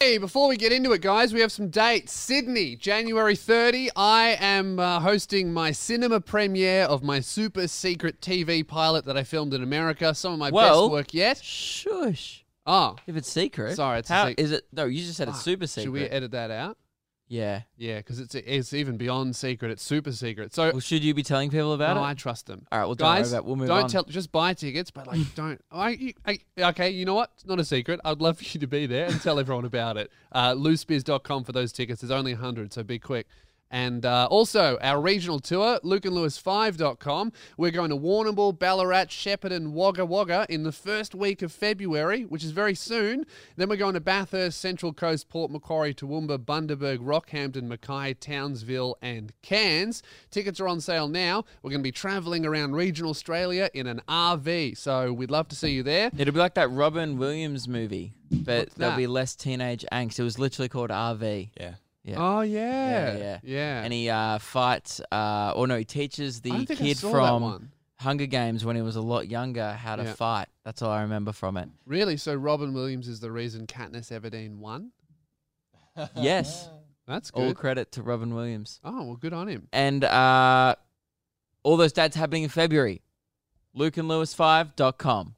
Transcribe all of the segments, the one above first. Hey, before we get into it, guys, we have some dates. Sydney, January 30. I am uh, hosting my cinema premiere of my super secret TV pilot that I filmed in America. Some of my Well- best work yet. Shush. Oh, If it's secret. Sorry, it's a how- sec- Is it? No, you just said it's Fuck. super secret. should we e- edit that out? yeah. Yeah, because it's it's even beyond secret. It's super secret. So Well, should you be telling people about no, it? I trust them. All right, well, don't worry guys, about it. We'll move don't on. tell. Just buy tickets, but like, don't. I, you- I, okay, you know what? It's not a secret. I'd love for you to be there and tell everyone about it. Uh, loosebeers.com for those tickets. There's only 100, so be quick. And uh, also our regional tour, lukeandlewis5.com. We're going to Warrnambool, Ballarat, Shepparton, Wagga Wagga in the first week of February, which is very soon. Then we're going to Bathurst, Central Coast, Port Macquarie, Toowoomba, Bundaberg, Rockhampton, Mackay, Townsville, and Cairns. Tickets are on sale now. We're going to be traveling around regional Australia in an RV, so we'd love to see you there. It'll be like that Robin Williams movie, but What's there'll that? be less teenage angst. It was literally called RV. Yeah. Yeah. Oh Yeah, yeah, yeah. yeah. And he uh, fights, uh, or no, he teaches I the don't think I kid saw that from one. Hunger Games when he was a lot younger how to Yeah. fight. That's all I remember from it. Really? So Robin Williams is the reason Katniss Everdeen won? Yes. That's all good. credit to Robin Williams. Oh well, good on him. And uh, all those dates happening in February. LukeandLewis5.com.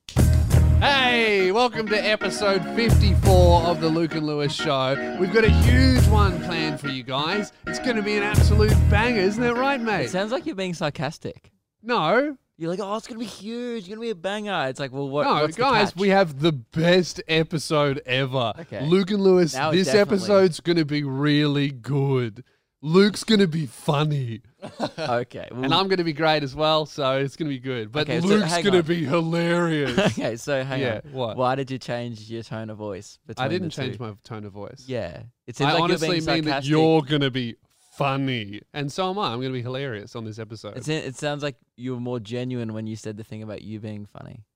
Hey, welcome to episode 54 of the Luke and Lewis show. We've got a huge one planned for you guys. It's going to be an absolute banger, isn't that right, It mate? sounds like you're being sarcastic. No, You're like, oh, it's gonna be huge. It's gonna be a banger. It's like, well, what? no, what's the guys, catch? we have the best episode ever. Okay. Luke and Lewis, Now it this definitely- episode's going to be really good. Luke's going to be funny. okay. well- And I'm going to be great as well, so it's going to be good. But Okay, so Luke's hang going to on. be hilarious. okay. So hang Yeah, on. what? Why did you change your tone of voice? Between I didn't the change two? my tone of voice. Yeah. It seems I like honestly you're being mean that sarcastic. you're going to be funny. And so am I. I'm going to be hilarious on this episode. It's, it sounds like you were more genuine when you said the thing about you being funny.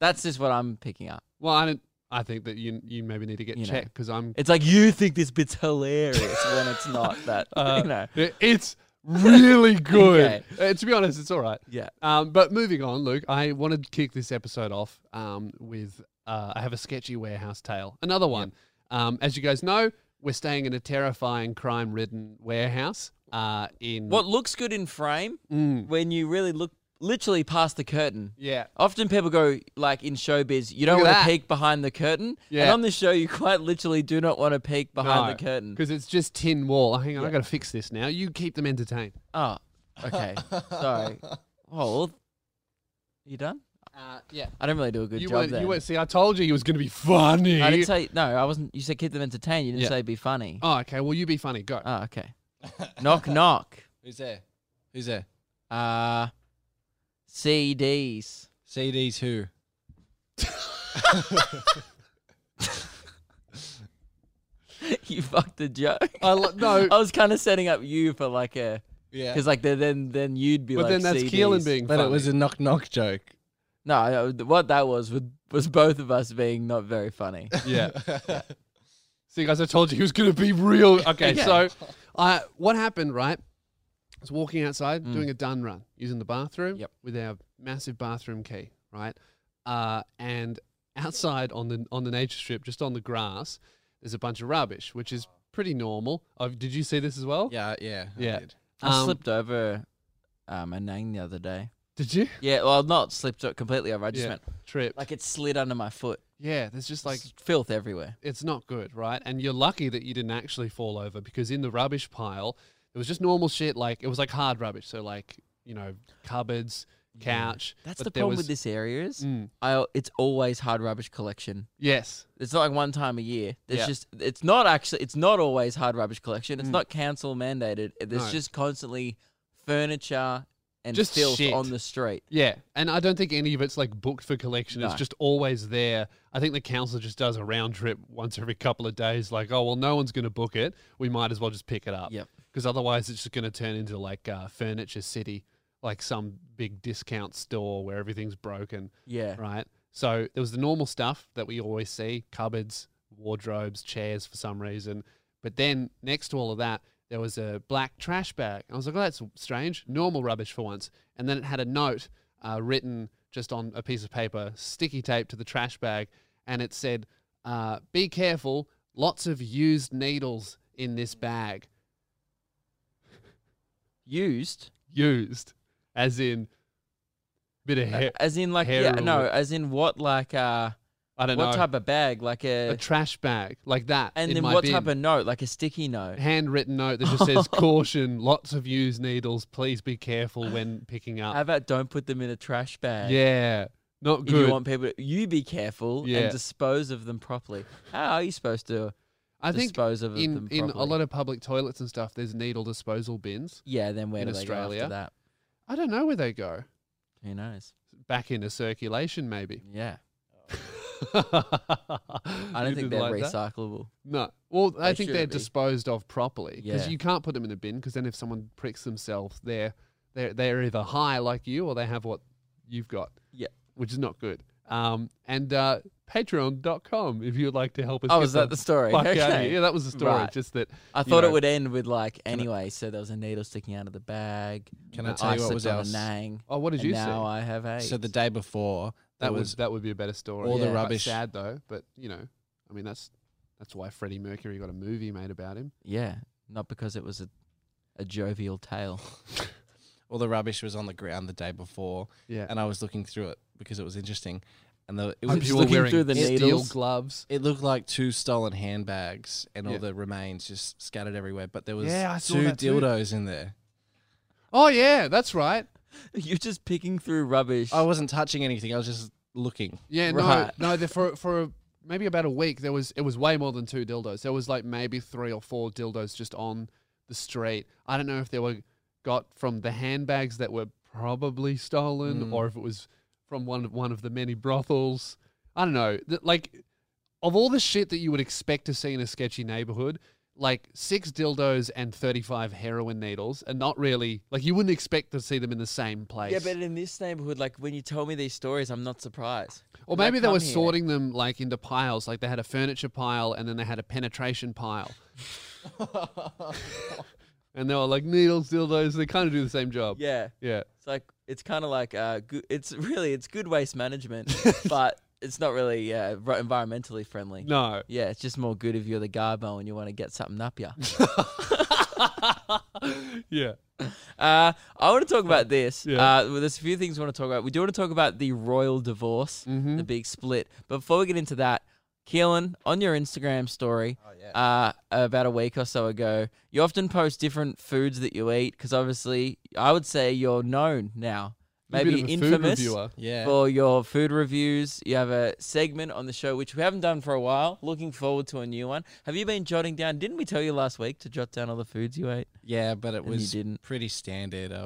That's just what I'm picking up. well, I don't. I think that you you maybe need to get You know. checked because I'm. It's like you think this bit's hilarious when it's not. That Uh, you know. it- It's really good. Okay. Uh, to be honest, it's all right. Yeah. Um, but moving on, Luke, I wanted to kick this episode off um, with uh, I have a sketchy warehouse tale. Another one. Um, as you guys know, we're staying in a terrifying, crime-ridden warehouse uh, in What looks good in frame Mm. when you really look literally past the curtain. Yeah. Often people go like in showbiz, you don't Look at want that. to peek behind the curtain. And Yeah. on this show, you quite literally do not want to peek behind the curtain. because it's just tin wall. Oh, hang on, I got to fix this now. You keep them entertained. Oh, okay. Sorry. Oh, well, you done? Uh, yeah, I don't really do a good you job weren't. there. You weren't. See, I told you he was going to be funny. I didn't say no. I wasn't. You said keep them entertained. You didn't Yeah. say be funny. Oh, oh, okay. Well, you be funny. Go. okay. knock knock. Who's there? Who's there? Uh, CDs. CDs who? you fucked the joke. I lo- no, I was kind of setting up you for like a Yeah. because like the- then then you'd be but like then that's CDs. Keelan being But funny. it was a knock knock joke. No, I- I- what that was with, was both of us being not very funny. yeah. See, guys, I told you he was going to be real. Okay, Yeah. so I what happened? Right, I was walking outside doing a dun run using the bathroom Mm. Yep. with our massive bathroom key. Right, uh, and outside on the on the nature strip, just on the grass, there's a bunch of rubbish, which is pretty normal. Oh, did you see this as well? Yeah, yeah. I Yeah. did. I Um, slipped over um, a nang the other day. Did you Yeah, well, not slipped o- completely over. I just Yeah. meant trip? like it slid under my foot. Yeah, there's just like Like filth everywhere. it's not good, right? And you're lucky that you didn't actually fall over because in the rubbish pile, it was just normal shit. Like it was like hard rubbish, so like you know cupboards, couch. That's but the there problem was- with this area is Mm. I, it's always hard rubbish collection. Yes, It's not like one time a year. It's Yeah. Mm. just it's not actually it's not always hard rubbish collection. It's not council mandated. It's No. just constantly furniture and Just filth shit. on the street. yeah, and I don't think any of it's like booked for collection. It's No. just always there. I think the council just does a round trip once every couple of days. Like, oh well, no one's going to book it. We might as well just pick it up. Yep. Because otherwise, it's just going to turn into like uh, furniture city, like some big discount store where everything's broken. Yeah. right? So there was the normal stuff that we always see cupboards, wardrobes, chairs for some reason. But then next to all of that, there was a black trash bag. I was like, oh, that's strange. Normal rubbish for once. And then it had a note uh, written just on a piece of paper, sticky tape to the trash bag. And it said, uh, be careful. Lots of used needles in this bag. Used, Used, as in bit of hair. uh, as in like yeah, no, heroin. as in what like uh, I don't what know. type of bag, like a, a trash bag like that. and in then my what bin. type of note, like a sticky note. handwritten note that just says caution lots of used needles please be careful when picking How up about don't put them in a trash bag? yeah not If you good want people, to, you be careful Yeah. and dispose of them properly. How are you supposed to i think dispose of them in, properly? in a lot of public toilets and stuff there's needle disposal bins yeah, then where in do they Australia. go after that? i don't know where they go Who knows? back into circulation maybe Yeah, I i don't think they're recyclable. no well i They think they're shouldn't be. disposed of properly because Yeah. you can't put them in a bin because then if someone pricks themselves they're they're, they're either high like you or they have what you've got Yeah. which is not good. Um, and uh, patreon.com if you would like to help us. Oh, get is that the story? fuck Okay. out of here. Yeah, that was the story. Right. Just that. I you thought know. it would end with like anyway. So there was a needle sticking out of the bag. Can No, I tell I you what slipped was on our? a nang. Oh, what did and you now uh, see? I have eight. So the day before, That that was was that would be a better story. all the Quite rubbish- Sad though, but you know, I mean that's that's why Freddie Mercury got a movie made about him. yeah, not because it was a, a jovial tale. all the rubbish was on the ground the day before, Yeah. and I was looking through it because it was interesting, and the, it Hope was you were looking wearing through the steel needles. gloves. It looked like two stolen handbags and Yeah. all the remains just scattered everywhere, but there was Yeah, I saw two that too. dildos in there. Oh yeah, that's right. You're just picking through rubbish. I wasn't touching anything. I was just looking. Yeah, Right. no, no. The, for for maybe about a week, there was it was way more than two dildos. There was like maybe three or four dildos just on the street. I don't know if they were got from the handbags that were probably stolen, Mm. or if it was from one of one of the many brothels. I don't know. Th- Like of all the shit that you would expect to see in a sketchy neighborhood. Like six dildos and thirty-five heroin needles, and not really like you wouldn't expect to see them in the same place. yeah, but in this neighborhood, like when you tell me these stories, I'm not surprised. Or Like, maybe they come were here. sorting them like into piles. Like they had a furniture pile and then they had a penetration pile. and they were like needles, dildos. They kind of do the same job. Yeah. Yeah, it's like it's kind of like uh, goo it's really it's good waste management, but it's not really uh, ro- environmentally friendly. No. Yeah, it's just more good if you're the garbo and you want to get something up ya. yeah. Uh, I want to talk about this. Oh, Yeah. Uh, well, there's a few things we want to talk about. We do want to talk about the royal divorce, Mm-hmm. the big split. But before we get into that, Keelan, on your Instagram story Oh, uh, about a week or so ago, you often post different foods that you eat because obviously I would say you're known now. Maybe a bit of a food infamous reviewer. Yeah. for your food reviews. You have a segment on the show which we haven't done for a while. Looking forward to a new one. Have you been jotting down? Didn't we tell you last week to jot down all the foods you ate? yeah, but it you was didn't. pretty standard. I,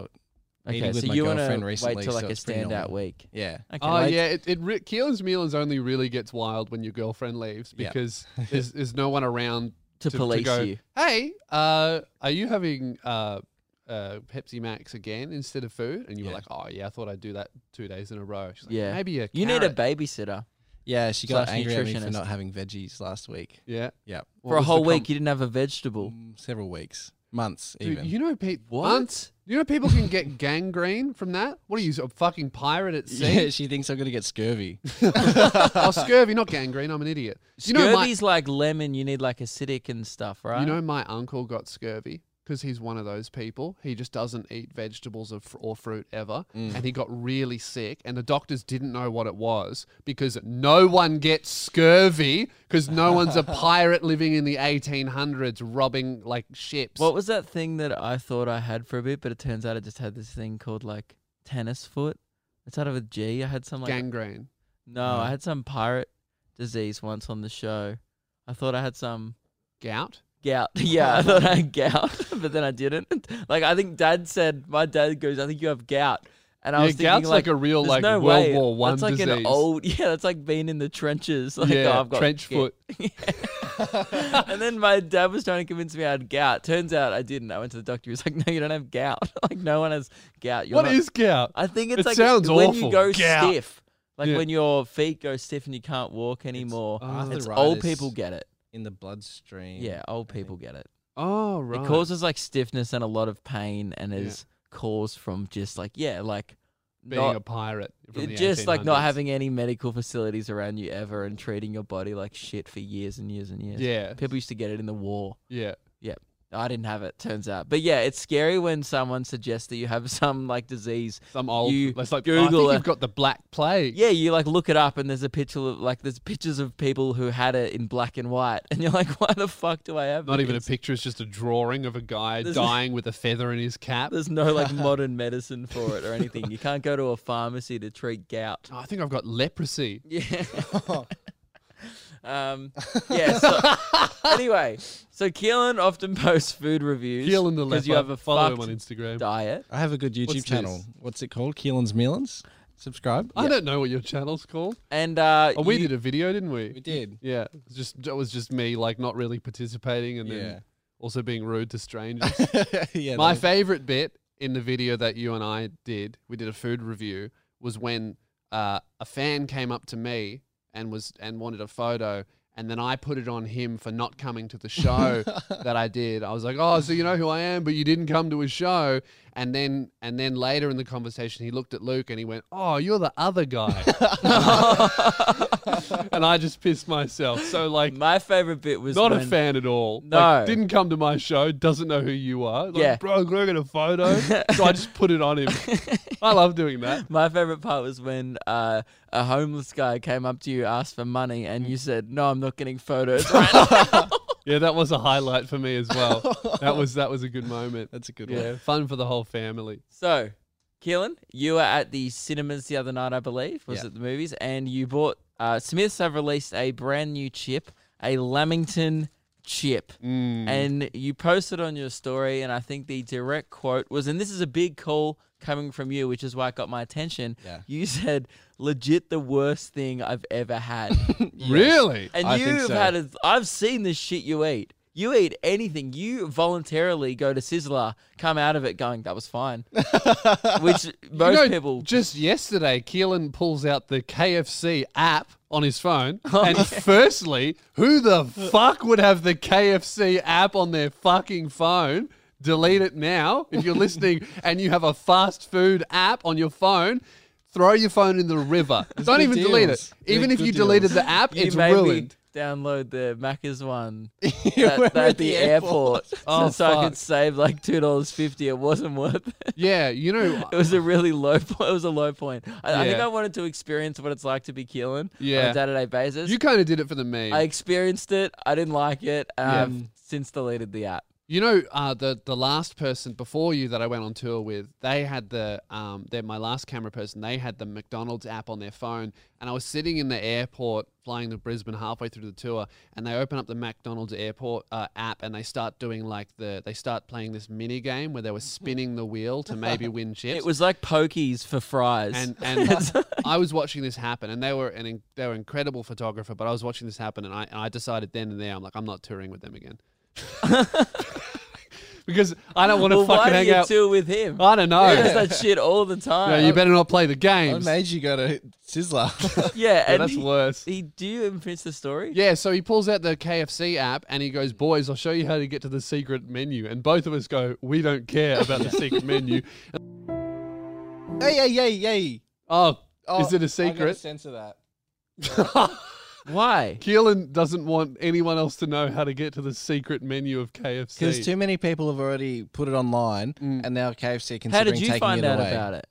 Eating Okay, with so my you want to girlfriend wait recently, till so like a it's pretty standout normal. week. yeah. Okay, Oh like- yeah, it, it re- Keelan's Mealers only really gets wild when your girlfriend leaves Yeah. because there's, there's no one around to, police go, you. Hey, uh, are you having uh, uh, Pepsi Max again instead of food? And you were Yeah. like, oh yeah, I thought I'd do that two days in a row. She's like, Yeah. maybe a You need a carrot." babysitter Yeah, she got Slash angry at me for nutritionist. not having veggies last week. yeah. Yeah. What for a was the whole com- week. you didn't have a vegetable. Mm, Several weeks. Months Dude, even. you know people. What? You know people can get gangrene from that. What are you, a fucking pirate at yeah, sea? she thinks I'm gonna get scurvy. oh, scurvy, not gangrene. I'm an idiot. You know my, Scurvy's like lemon. You need like acidic and stuff, right? you know my uncle got scurvy because he's one of those people. He just doesn't eat vegetables or, fr- or fruit ever, Mm. and he got really sick. And the doctors didn't know what it was because no one gets scurvy because no one's a pirate living in the 1800s robbing like ships. what was that thing that I thought I had for a bit, but it turns out I just had this thing called like tennis foot. It's out of a G. I had some like gangrene? no, I had some pirate disease once on the show. I thought I had some Gout? gout. Yeah, I thought I had gout, but then I didn't. Like I think Dad said, my dad goes, "I think you have gout," and I yeah, was thinking gout's like, like, a real "There's like no World way. War One That's like disease. an old yeah. That's like being in the trenches. Like yeah, oh, I've got trench gout." foot. and then my dad was trying to convince me I had gout. Turns out I didn't. I went to the doctor. He was like, "No, you don't have gout. like no one has gout. You're What is not- gout? I think it's It like sounds when awful. you go Gout. stiff, like Yeah. when your feet go stiff and you can't walk anymore. Oh. It's, old people Arthritis get it. in the bloodstream. Yeah, old I think. people get it. Oh right. It causes like stiffness and a lot of pain and Yeah. is caused from just like yeah, like being not- a pirate. From the just like not 1800s. having any medical facilities around you ever and treating your body like shit for years and years and years. Yeah, People used to get it in the war. yeah, I didn't have it, turns out. But yeah, it's scary when someone suggests that you have some like disease. some old. You Let's like I Google think it. you've got the black plague. Yeah, you like look it up and there's a picture of like there's pictures of people who had it in black and white and you're like, why the fuck do I have Not even a this?" picture; it's just a drawing of a guy There's- dying with a feather in his cap. There's no like modern medicine for it or anything. You can't go to a pharmacy to treat gout. Oh, I think I've got leprosy. Yeah. um, yeah. So, anyway, so Keelan often posts food reviews. Keelan the leper. you have a follow him on fucked Instagram. diet. I have a good YouTube What's channel. this? What's it called? Keelan's Mealins. Subscribe. I don't know what your channel's called. And uh, Oh, we you- did a video, didn't we? We did. Yeah, it was just that was just me like not really participating and Yeah. then also being rude to strangers. yeah. My that- favorite bit in the video that you and I did, we did a food review, was when uh, a fan came up to me and was and wanted a photo, and then I put it on him for not coming to the show that I did. I was like, "Oh, so you know who I am, but you didn't come to a show." And then and then later in the conversation, he looked at Luke and he went, "Oh, you're the other guy," and I just pissed myself. So like. my favorite bit was Not a when- fan at all. No. like, didn't come to my show. Doesn't know who you are. Like, Yeah. bro, can I get a photo? so I just put it on him. I love doing that. My favorite part was when uh, a homeless guy came up to you, asked for money, and you said, "No, I'm not getting photos." Right now. Yeah, that was a highlight for me as well. that was that was a good moment. That's a good one. Yeah, fun for the whole family. so, Keelan, you were at the cinemas the other night, I believe, was Yeah. it the movies? And you bought uh, Smiths have released a brand new chip, a Lamington chip. Mm. and you posted on your story and i think the direct quote was and this is a big call coming from you which is why it got my attention Yeah. you said legit the worst thing i've ever had Really? and I think you've so. had a, i've seen this shit you eat you eat anything you voluntarily go to sizzler come out of it going that was fine which most You know, people Just yesterday, Keelan pulls out the KFC app on his phone. Oh, and firstly, who the fuck would have the KFC app on their fucking phone? Delete it now. If you're listening and you have a fast food app on your phone, throw your phone in the river. Don't good even delete it. deals. Even They're if good you deleted deals. the app, you it's made me ruined. download the macca's one Yeah, at, we're at the airport, Oh, so I fuck. could save like two dollars fifty. It wasn't worth it. Yeah, you know. It was a really low point. It was a low point. I, I think Yeah. I wanted to experience what it's like to be Keelan on Yeah. a day-to-day basis. You kind of did it for the meme. I experienced it. I didn't like it. Um, Yeah. Since deleted the app. You know, uh, the the last person before you that I went on tour with, they had the um, they're my last camera person. They had the McDonald's app on their phone, and I was sitting in the airport flying to Brisbane halfway through the tour, and they open up the McDonald's airport uh, app, and they start doing like the they start playing this mini game where they were spinning the wheel to maybe win chips. It was like pokies for fries. and and I was watching this happen, and they were an in, they were incredible photographer, but I was watching this happen, and I and I decided then and there I'm like I'm not touring with them again. because I don't want to well, why fucking do hang you out. tour with him? I don't know. He does that shit all the Yeah, time. you better not play the I games. made you go to Sizzler. Yeah, Yeah, Oh, and that's he, worse. he do you even finish the story? Yeah, so he pulls out the KFC app and he goes, "Boys, I'll show you how to get to the secret menu." And both of us go, "We don't care about the secret menu." hey, hey, hey, hey. Oh, Oh, is it I gotta a secret? Censor that. Why? Keelan doesn't want anyone else to know how to get to the secret menu of KFC. Because too many people have already put it online, and now KFC are considering Mm. How did you taking find it out away. about it?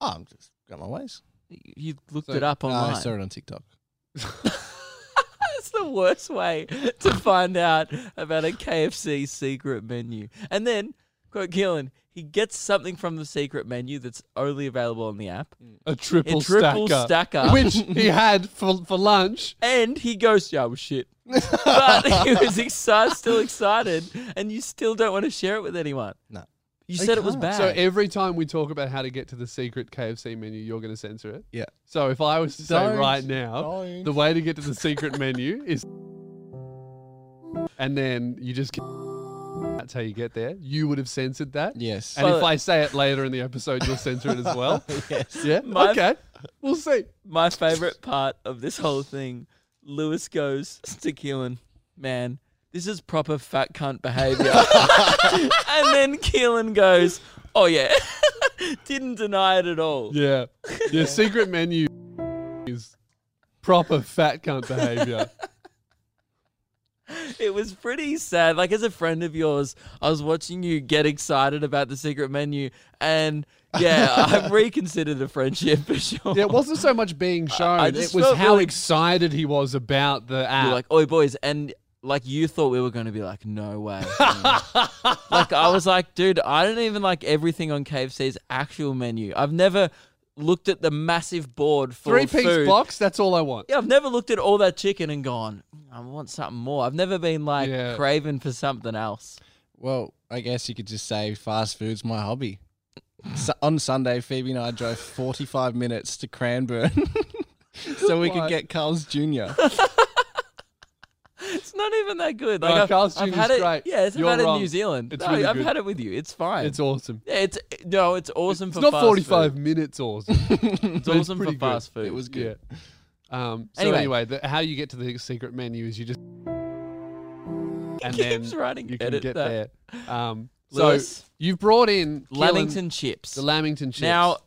Oh, I'm just got my ways. You- You looked So- it up No, online. I saw it on TikTok. That's the worst way to find out about a KFC secret menu. And then, quote Keelan, he gets something from the secret menu that's only available on the app. a Mm. triple, a triple stacker, stacker. which he had for for lunch. And he goes, yeah, well, shit. but he was excited, still excited, and you still don't want to share it with anyone. No. You I said it was can't. bad. So every time we talk about how to get to the secret KFC menu, you're going to censor it. Yeah. So if I was to say Don't, right now, Oh. don't. the way to get to the secret menu is, and then you just keep- that's how you get there. You would have censored that. Yes. And if Well- I say it later in the episode, you'll censor it as well. yes. Yeah. My- okay. We'll see. my favorite part of this whole thing, Lewis goes to Keelan, man, this is proper fat cunt behavior. and then Keelan goes, oh yeah. Didn't deny it at all. Yeah. Your secret menu is proper fat cunt behavior. It was pretty sad. Like as a friend of yours, I was watching you get excited about the secret menu, and yeah, I've reconsidered the friendship for sure. Yeah, it wasn't so much being shown, I it just was felt how really- excited he was about the We app. were like, "Oi, boys!" And like you thought we were going to be like, "No way!" like I was like, "Dude, I don't even like everything on KFC's actual menu. I've never looked at the massive board for Three piece food. box, that's all I want. Yeah, I've never looked at all that chicken and gone, "Mm, "I want something more." I've never been like Yeah. craving for something else. Well, I guess you could just say fast food's my hobby. Su- on Sunday, Phoebe and I drove 45 minutes to Cranbourne so we Why? could get Carl's Jr. It's not even that good. No, Like I've, Carl's I've Jr. had is it. great. Yeah, it's I've You're had it in wrong. New Zealand. It's No, really I've good. had it with you. It's fine. It's awesome. yeah, it's no, it's awesome It's for not fast food. 45 minutes awesome. It's but it's awesome for pretty good. fast food. It was good. Yeah. Um, so anyway, Anyway. the, how you get to the secret menu is you just and then keeps writing, you can edit get that. there. Um, so Lewis, you've brought in Keelan- Lamington chips. the Lamington chips. Now,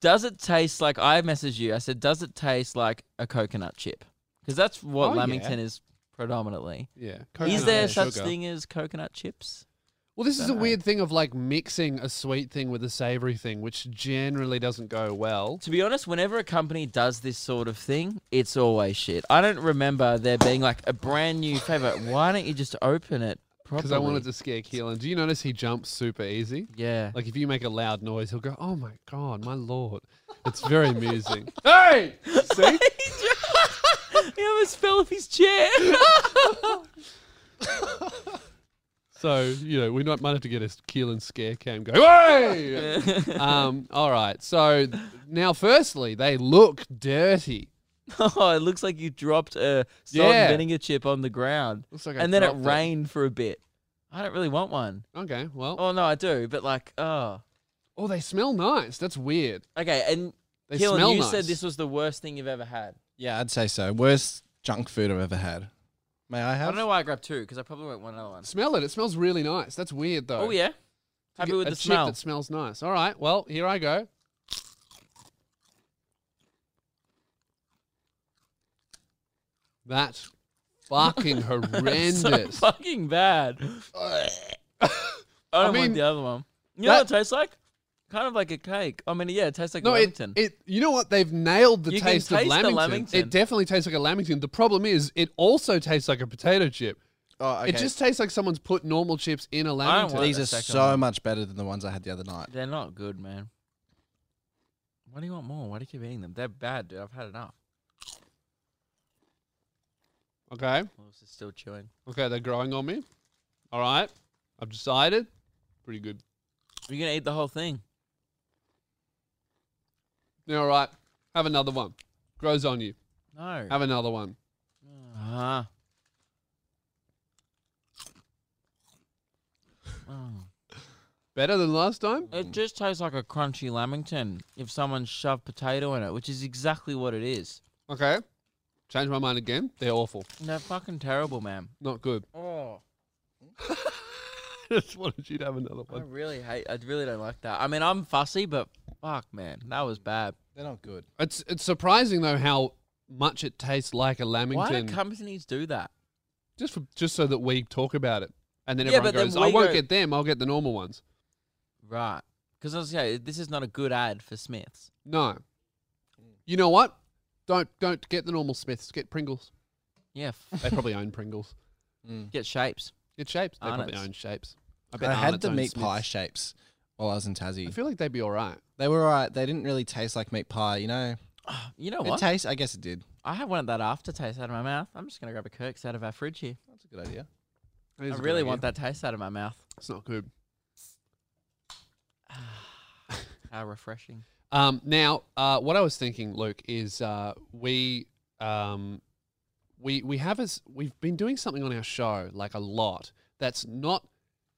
does it taste like I messaged you? I said, does it taste like a coconut chip? Because that's what Oh, yeah. Lamington is predominantly. yeah, is coconut there and such sugar. thing as coconut chips? Well, this is a Dunno. weird thing of like mixing a sweet thing with a savory thing, which generally doesn't go well. To be honest, whenever a company does this sort of thing, it's always shit. I don't remember there being like a brand new favorite. Why don't you just open it properly? Because I wanted to scare Keelan. Do you notice he jumps super easy? Yeah. Like if you make a loud noise, he'll go, "Oh my god, my lord!" It's very amusing. hey, see, he almost fell off his chair. so you know we might might have to get a Keelan scare cam going. Hey, um, all right. So th- now, firstly, they look dirty. oh, it looks like you dropped a salt Yeah. and vinegar chip on the ground. Looks like I and then it dropped rained for a bit. I don't really want one. Okay, well, oh. Oh no, I do, but like, oh, they smell nice. That's weird. okay. And They Keelan, smell you nice. said this was the worst thing you've ever had. Yeah, I'd say so. Worst junk food I've ever had. May I I have? don't know why I grabbed two because I probably won't want another one. Smell it. It smells really nice. That's weird though. Oh yeah, To happy get with a the chip smell. That smells nice. All right. Well, here I go. That fucking It's horrendous. so fucking bad. I don't mean, want the other one. You know that- what it tastes like? Kind of like a cake. I mean, yeah, it tastes like no, it, Lamington. it. You know what? They've nailed the You can taste, of taste the lamington. lamington. It definitely tastes like a lamington. The problem is, it also tastes like a potato chip. Oh, okay. It just tastes like someone's put normal chips in a I don't lamington. want These that are second so one. much better than the ones I had the other night. They're not good, man. Why do you want more? Why do you keep eating them? They're bad, dude. I've had enough. Okay. Lewis is still chewing. Okay. They're growing on me. All right. I've decided. Pretty good. You're gonna eat the whole thing. Yeah, all right. Have another one. Grows on you. No. Have another one. Ah. Oh. Better than last time? It just tastes like a crunchy lamington if someone shoved potato in it, which is exactly what it is. Okay. Change my mind again. They're awful. They're fucking terrible, man. Not good. Oh, I just wanted you to have another I one. really hate. I really don't like that. I mean, I'm fussy, but fuck, man, that was bad. They're not good. It's it's surprising though how much it tastes like a Why lamington. do companies do that? just for, just so that we talk about it. And then Yeah, everyone but then goes, we I won't go- get them, I'll get the normal ones. Right? Because I was saying this is not a good ad for Smiths. No. You know what? Don't don't get the normal Smiths, get Pringles. Yeah, f- They probably own Pringles. get shapes. Get shapes. They probably Arnott's. own shapes. I I had Arnott's the own meat Smiths. pie shapes while I was in I Tassie. feel like they'd be alright. They were alright. They didn't really taste like meat pie, you know. You Oh, know It what? tastes. I guess it did. I have one of that aftertaste out of my mouth. I'm just gonna grab a Kirk's out of our fridge here. That's a good idea. I really want that taste out of my mouth. It's not good. How refreshing. Um, now, uh, what I was thinking, Luke, is uh, we um, we we have as we've been doing something on our show like a lot. That's not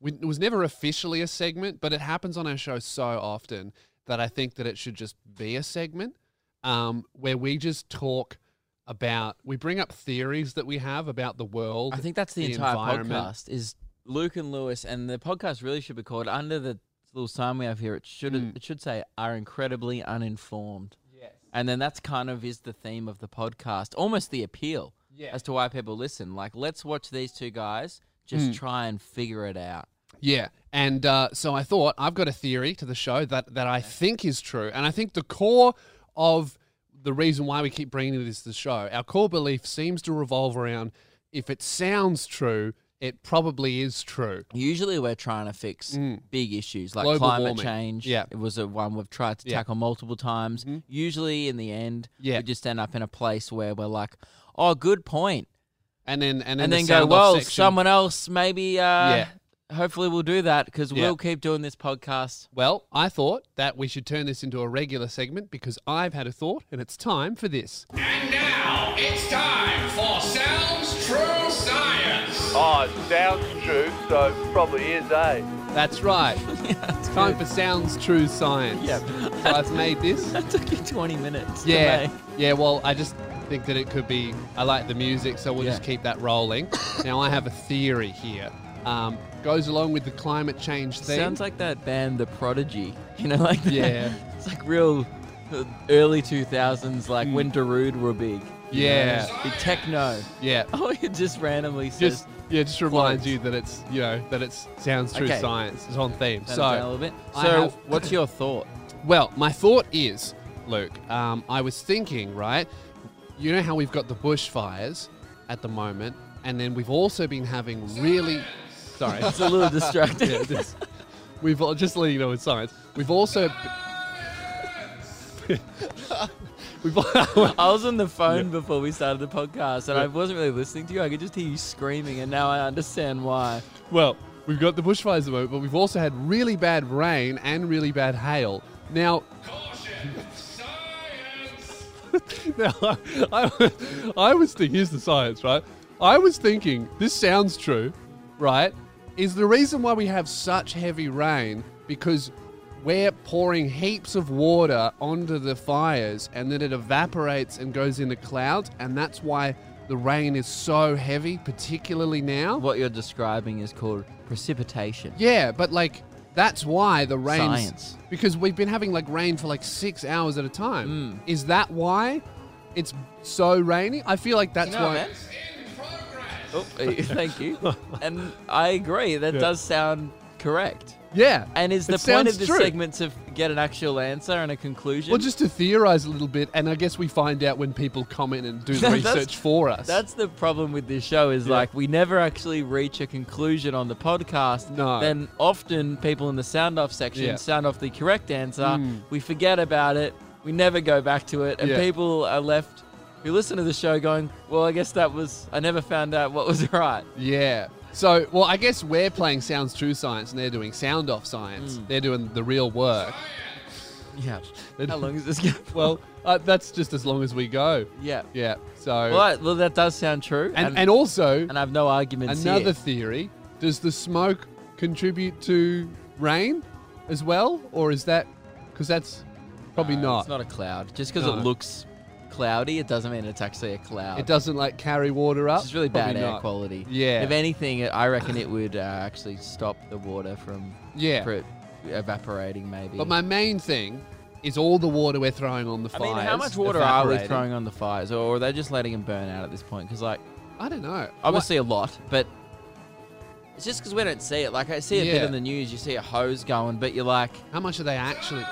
we, it was never officially a segment, but it happens on our show so often that I think that it should just be a segment um, where we just talk about we bring up theories that we have about the world. I think that's the, the entire environment. podcast is Luke and Lewis, and the podcast really should be called Under the little sign we have here, it should Mm. it should say are incredibly uninformed. Yes. And then that's kind of is the theme of the podcast, almost the appeal Yeah. as to why people listen. Like, let's watch these two guys just Mm. try and figure it out. Yeah. And uh, so I thought I've got a theory to the show that, that I think is true. And I think the core of the reason why we keep bringing this to the show, our core belief seems to revolve around if it sounds true, it probably is true. Usually, we're trying to fix big issues like Mm. Global climate warming. change. Yeah. it was a one we've tried to Yeah. Mm-hmm. tackle multiple times. Usually, in the end, Yeah. we just end up in a place where we're like, "Oh, good point," And then and then, and the then go, sound off "Well, section- someone else maybe." Uh, Yeah. Hopefully, we'll do that because Yeah. we'll keep doing this podcast. Well, I thought that we should turn this into a regular segment because I've had a thought and it's time for this. And now it's time for Sounds True Science. Oh, it sounds true, so it probably is, eh? That's right. it's time for Sounds True Science. Yep. So I've made this. That took you 20 minutes. Yeah, yeah. Well, I just think that it could be. I like the music, so we'll just Yeah. keep that rolling. now I have a theory here. Um, goes along with the climate change thing. Sounds like that band, The Prodigy. You know, like that- Yeah. it's like real uh, early two thousands, like when Darude were big. you Hmm. Yeah. know, the techno. yeah, Oh, it just randomly says just yeah, just reminds Close. you that it's you know that it's sounds true Okay. science. It's on theme. that so down a little bit. So, I have- what's your thought? Well, my thought is, Luke, um, I was thinking, right? You know how we've got the bushfires at the moment, and then we've also been having really. Sorry. It's a little distracting. Yeah, this- we've al- just letting you know it's science. We've also. we've. al- I was on the phone before we started the podcast, and I wasn't really listening to you. I could just hear you screaming, and now I understand why. well, we've got the bushfires at the moment, but we've also had really bad rain and really bad hail. Now, Caution, science. now I, I, I was thinking, here's the science, right? I was thinking, this sounds true, right? Is the reason why we have such heavy rain because we're pouring heaps of water onto the fires and then it evaporates and goes into clouds, and that's why the rain is so heavy, particularly now? What you're describing is called precipitation. Yeah, but like that's why the rain Science. because we've been having like rain for like six hours at a Hmm. time. Is that why it's so rainy? I feel like that's You know, why. man. In progress. Oh, thank you. And I agree. That does sound correct. Yeah, And is the It point sounds of this true. segment to f- get an actual answer and a conclusion? Well, just to theorize a little bit, and I guess we find out when people comment and do the That's- research for us. that's the problem with this show is like we never actually reach a conclusion on the podcast. No. Then often people in the sound off section Yeah. Hmm. sound off the correct answer. We forget about it. We never go back to it, and Yeah. people are left who listen to the show going, "Well, I guess that was I never found out what was right." yeah. So, well, I guess we're playing Sounds True Science, and they're doing Sound Off Science. Hmm. They're doing the real work. Yeah. They- How long is this going? Well, uh, that's just as long as we go. yeah. Yeah. So. Well, I- well, that does sound true, and, and also, and I have no arguments Another here. theory: Does the smoke contribute to rain as well, or is that because that's probably No, not? It's not a cloud. Just because No. it looks cloudy, it doesn't mean it's actually a cloud. It doesn't like carry water up. It's just really Probably bad air not. quality. Yeah. If anything, it- I reckon it would uh, actually stop the water from Yeah. pre- evaporating, maybe. But my main thing is all the water we're throwing on the I fire. mean, how much water are we throwing on the fires, or are they just letting them burn out at this point? Because like, I don't know. obviously a lot, but it's just because we don't see it. Like, I see a bit Yeah. in the news. You see a hose going, but you're like, What- how much are they actually?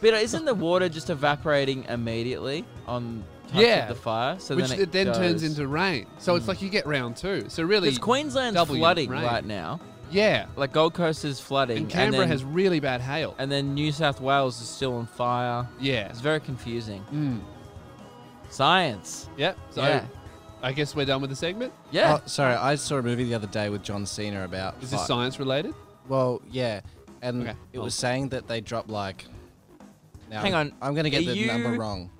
but isn't the water just evaporating immediately on touch Yeah. of the fire? So Which then it then turns goes- Hmm. into rain. So it's like you get round two. So really, because Queensland's double your flooding rain. right now. yeah. Like Gold Coast is flooding, And Canberra then- has really bad hail. and then New South Wales is still on fire. yeah. It's very confusing. Mm. Science. Yeah. So yeah. I guess we're done with the segment. Yeah. Oh, sorry, I saw a movie the other day with John Cena about. Is this fi- science related? Well, yeah, and Okay. Oh. it was saying that they drop like. Now, Hang on, I'm gonna get are the number you- wrong.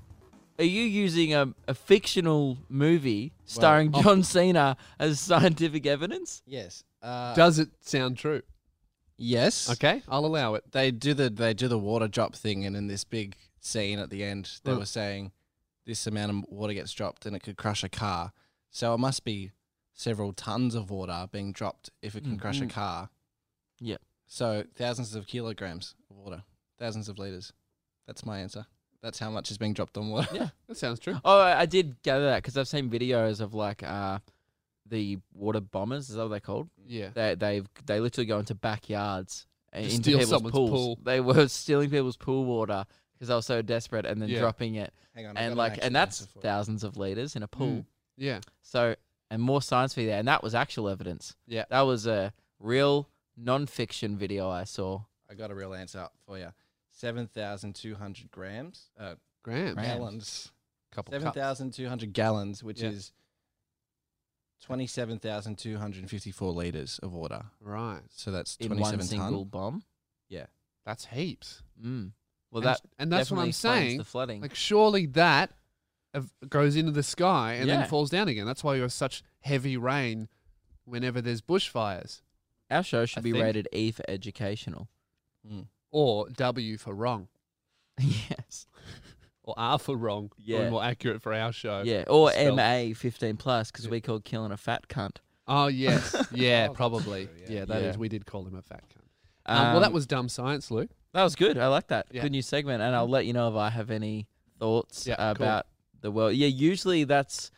Are you using a, a fictional movie starring oh. John Cena as scientific evidence? Yes. Uh, Does it sound true? yes. Okay, I'll allow it. They do the they do the water drop thing, and in this big scene at the end, they Mm. were saying this amount of water gets dropped, and it could crush a car. So it must be several tons of water being dropped if it can crush a car. Mm, Yeah. So thousands of kilograms of water, thousands of liters. That's my answer. That's how much is being dropped on water. Yeah. That sounds true. Oh, I I did gather that because I've seen videos of like uh, the water bombers. Is that what they're called? Yeah. They they they literally go into backyards and To into steal people's someone's pools. pool. They were stealing people's pool water because they were so desperate and then Yeah. dropping it Hang on. I've got and an like actual and that's answer for it. thousands of liters Mm. in a pool. Yeah. So and more science for you there, and that was actual evidence. Yeah. that was a real non-fiction video I saw. I got a real answer for you. Seven thousand two hundred grams, uh, Grams. Grams. gallons. Couple Seven cups. thousand two hundred gallons, which Yeah. is twenty-seven thousand two hundred fifty-four liters of water. Right. So that's in one twenty-seven single ton. bomb. That's heaps. Mm. Well, And- that and that's what definitely I'm explains saying. The flooding. Like surely that of- goes into the sky and Yeah. then falls down again. That's why you have such heavy rain whenever there's bushfires Our show should I be think- rated E for educational. or W for wrong yes. or R for wrong. Probably Yeah. more accurate for our show. Yeah. Or Spell- MA 15 plus because we called killing a fat cunt. Oh yes. Yeah. probably. true, yeah. yeah. that is. Yeah. We did call him a fat cunt. Um, well, that was dumb science, Luke. that was good. I like that. Yeah. Good new segment. And I'll let you know if I have any thoughts Yeah, cool. about the world. Yeah. Usually that's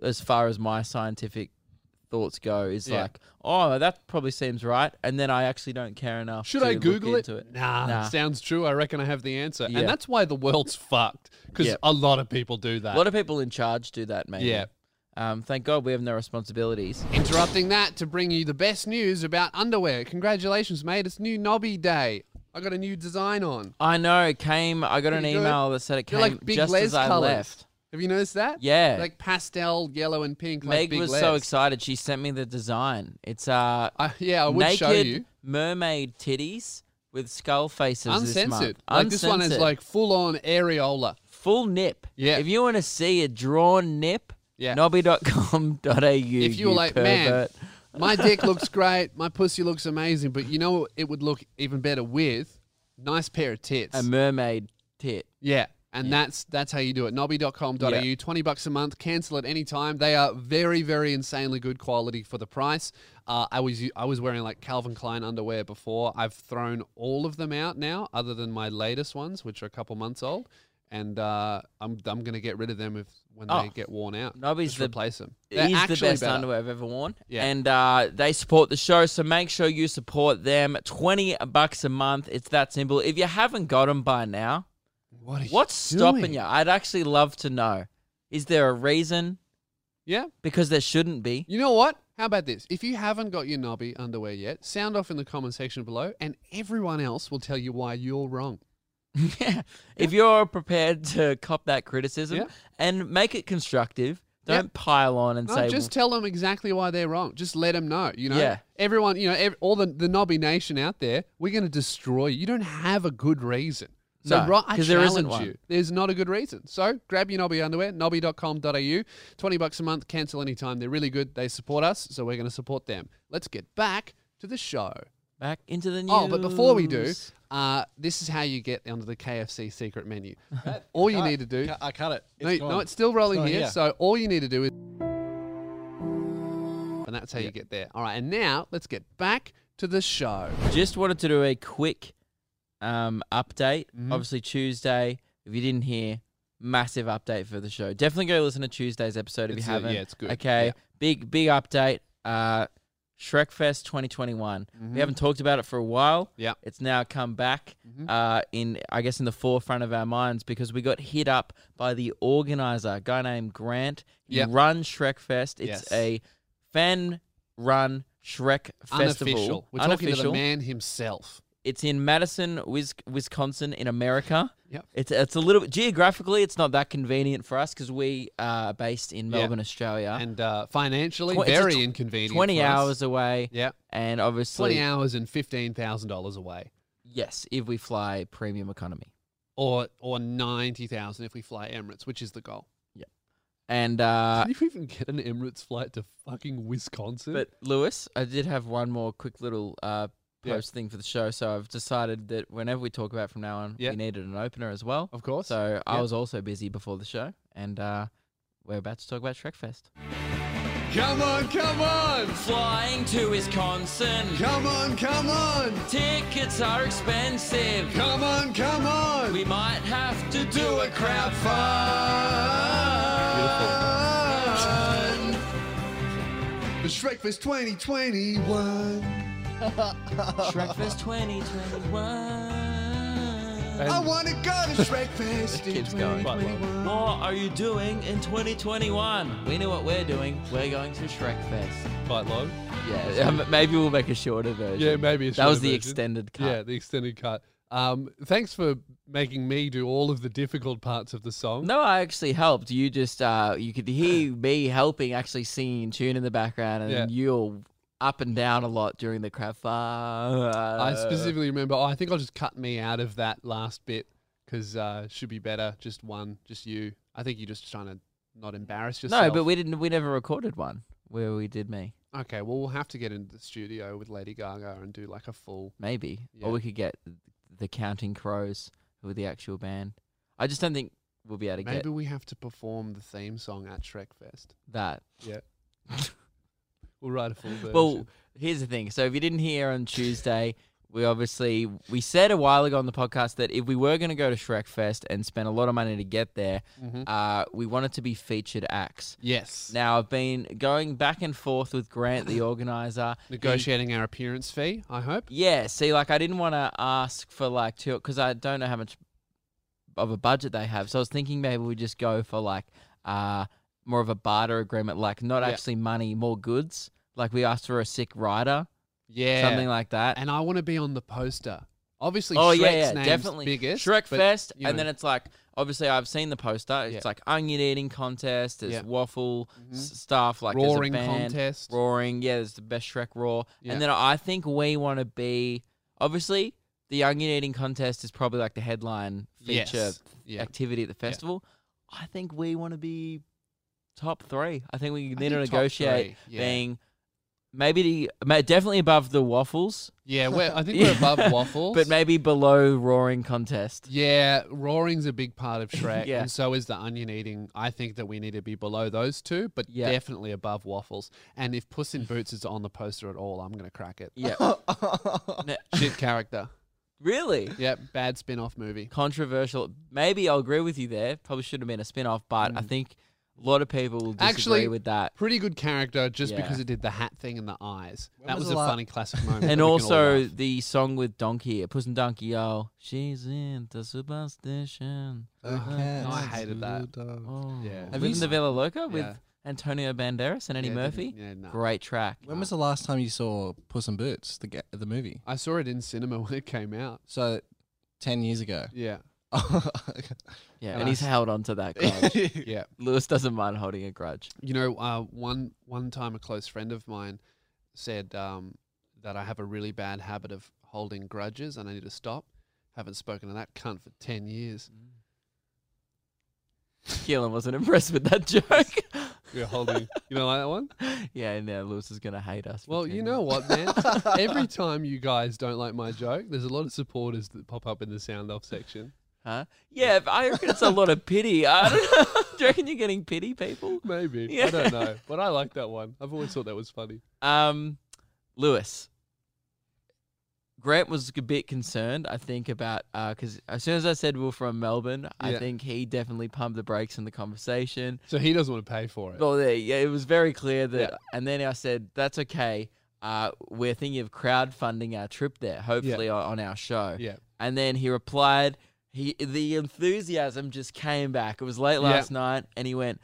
as far as my scientific thoughts go. Is Yeah. like, oh, that probably seems right. And then I actually don't care enough. Should to I look Google it? into Nah, Nah. sounds true. I reckon I have the answer, Yeah. and that's why the world's fucked because Yeah. a lot of people do A that. lot of people in charge do that, maybe. Yeah. Um, thank God we have no responsibilities. Interrupting that to bring you the best news about underwear. Congratulations, mate! It's new knobby day. I got a new design on. I know it came. I got an Pretty good. email that said it They're came like big just Les as I colours. left. Have you noticed that? Yeah. like pastel yellow and pink. like Meg big was so Les. excited. She sent me the design. It's uh I- yeah, I would naked show you. mermaid titties with skull faces. This month. Uncensored. Like this one is Uncensored. like full on areola. full nip. Yeah. If you want to see a drawn nip, Yeah. nobby.com.au. if you were like, pervert. man, my dick looks great, my pussy looks amazing, but you know what it would look even better with? Nice pair of tits. a mermaid tit. yeah. And that's that's how you do it. Nobby.com.au, Yeah. 20 bucks a month, cancel at any time. They are very, very insanely good quality for the price. Uh, I was u- I was wearing like Calvin Klein underwear before. I've thrown all of them out now, other than my latest ones, which are a couple months old. And uh, I'm I'm gonna get rid of them if when Oh. they get worn out. Nobby's Just the- replace them. They're It is the actually best better. underwear I've ever worn. Yeah. And uh, they support the show, so make sure you support them. 20 bucks a month. It's that simple. If you haven't got them by now, What are you what's stopping doing? you? I'd actually love to know. Is there a reason? Yeah. Because there shouldn't be. You know what? How about this? If you haven't got your knobby underwear yet, sound off in the comment section below, and everyone else will tell you why you're wrong. If you're prepared to cop that criticism Yeah. and make it constructive, Yeah. don't pile on and No, say, just tell them exactly why they're wrong. Just let them know. You know, Yeah. everyone, you know, ev- all the the knobby nation out there, we're going to destroy you. You don't have a good reason. So No, right, I challenge 'cause there isn't you. one. There's not a good reason. So grab your knobby underwear, knobby.com.au, 20 bucks a month, cancel anytime. They're really good. They support us, so we're going to support them. Let's get back to the show. back into the news. Oh, but before we do, uh, this is how you get onto the KFC secret menu. all you Cut. need to do. Cut- I cut it. It's No, gone. no, it's still rolling It's not here, here. So all you need to do is. And that's how you get there. All right. And now let's get back to the show. Just wanted to do a quick um, update. Mm-hmm. Obviously, Tuesday, if you didn't hear, massive update for the show. Definitely go listen to Tuesday's episode if It's, uh, you haven't. yeah, it's good. Okay, Yeah. big, big update. Uh, Shrekfest 2021. We haven't talked about it for a while. Mm-hmm. Yeah. Mm-hmm. It's now come back uh, in, I guess, in the forefront of our minds because we got hit up by the organizer, a guy named Grant. He Yeah. runs Shrekfest. It's Yes. a fan run Shrek festival. Unofficial. We're talking to the man himself. It's in Madison, Wis- Wisconsin, in America. Yep. It's it's a little bit geographically, it's not that convenient for us because we are based in Yeah. Melbourne, Australia. And uh, financially, Tw- it's a very tw- inconvenient. Twenty for us. hours away. Yeah. And 20 obviously, hours and $15,000 away. yes, if we fly premium economy. Or, or 90000 if we fly Emirates, which is the goal. And uh, Can you even get an Emirates flight to fucking Wisconsin? but Lewis, I did have one more quick little uh, Yeah. post thing for the show. So I've decided that whenever we talk about it from now on, Yeah. we needed an opener as well. of course. So I Yeah. was also busy before the show, and uh, we're about to talk about Shrekfest. Come on, come on! Flying to Wisconsin. Come on, come on! Tickets are expensive. Come on, come on! We might have to do a crowd fund. The Shrekfest 2021. Shrekfest 2021. I wanna go to Shrekfest in Keeps going. 2021. What are you doing in 2021? We know what we're doing. We're going to Shrekfest. Quite low. Yeah, um, maybe we'll make a shorter version. Yeah, maybe it's that was shorter the version. extended cut. Yeah, the extended cut. Um, thanks for making me do all of the difficult parts of the song. No, I actually helped. You just uh, you could hear me helping, actually singing tune in the background, and Yeah. you're up and down a lot during the crowd. uh, I specifically remember. Oh, I think I'll just cut me out of that last bit because uh, should be better. Just one, just you. I think you're just trying to not embarrass yourself. No, but we didn't. We never recorded one where we did me. Okay, well we'll have to get into the studio with Lady Gaga and do like a full. Maybe, Yeah. or we could get the Counting Crows, who are the actual band. I just don't think we'll be able to Maybe get we have to perform the theme song at Shrekfest. that. Yeah. we'll write a full version. Well, here's the thing. So if you didn't hear on Tuesday, we obviously we said a while ago on the podcast that if we were going to go to Shrek Fest and spend a lot of money to get there, Mm-hmm. uh, we wanted to be featured acts. yes. Now I've been going back and forth with Grant, the organizer. Negotiating our appearance fee, I hope. Yeah. See, like I didn't want to ask for like two because I don't know how much of a budget they have. So I was thinking maybe we just go for like uh more of a barter agreement, like not Yeah. actually money, more goods. Like we asked for a sick rider, Yeah. something like that. and I want to be on the poster. Obviously, oh Shrek's yeah, yeah, name's definitely. biggest. Shrek but, Fest, you and know. then it's like obviously I've seen the poster. It's Yeah. like onion eating contest. There's Yeah. Mm-hmm. waffle Mm-hmm. s- stuff like there's a roaring band, contest. roaring. Yeah, there's the best Shrek roar. Yeah. And then I think we want to be obviously the onion eating contest is probably like the headline feature Yes. Yeah. activity at the festival. I think we want to be top three. I think we I need to think top negotiate three, yeah. being maybe the ma- definitely above the waffles. Yeah, we're, I think we're above waffles. But maybe below roaring contest. Yeah, roaring's a big part of Shrek, Yeah. and so is the onion eating. I think that we need to be below those two, but Yeah. definitely above waffles. And if Puss in Boots is on the poster at all, I'm gonna crack it. Yeah. No, Shit character. really? Yep, bad spin-off movie. Controversial. Maybe I'll agree with you there. Probably should have been a spin off, but I think a lot of people will disagree Mm. Actually- with that. Pretty good character, just Yeah. because it did the hat thing and the eyes. that was was the a la- funny classic moment. that we And can all also laugh. the song with Donkey, Puss and Donkey, yo. She's in the superstition. no, I hated that. Oh. Um, Yeah. Have Have you you the Villa Loca with Yeah. Antonio Banderas and Eddie Yeah, Murphy? Yeah, nah. Great track. When was the last time you saw Puss in Boots, the ga- the movie? I saw it in cinema when it came out. So, ten years ago. Yeah, Yeah, And and I he's s- held on to that grudge. yeah. Lewis doesn't mind holding a grudge. You know, uh, one one time a close friend of mine said um, that I have a really bad habit of holding grudges and I need to stop. Haven't spoken to that cunt for ten years. Keelan wasn't impressed with that joke. You're holding. you know like that one? Yeah, and now Lewis is gonna hate us. for Well, you ten know years. what, man. Every time you guys don't like my joke, there's a lot of supporters that pop up in the sound off section. huh? Yeah, but I reckon it's a lot of pity. I don't know. Do you reckon you're getting pity, people? Maybe Yeah. I don't know, but I like that one. I've always thought that was funny. Um, Lewis. Grant was a bit concerned, I think, about because as soon as I said we are from Melbourne, I Yeah. think he definitely pumped the brakes in the conversation. So he doesn't want to pay for it. Well, there, yeah, it was very clear that. Yeah. And then I said, "That's okay. Uh, we're thinking of crowdfunding our trip there, hopefully o- on our show." Yeah. And then he replied, he the enthusiasm just came back. It was late Yeah. last night, and he went,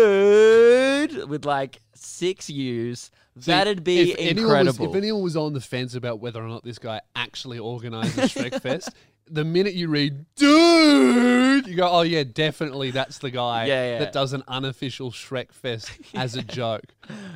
"Dude," with like six U's. See, That'd be if Anyone was, incredible. if anyone was on the fence about whether or not this guy actually organises Shrekfest, the minute you read "dude," you go, "Oh yeah, definitely, that's the guy Yeah, yeah. that does an unofficial Shrekfest as a joke."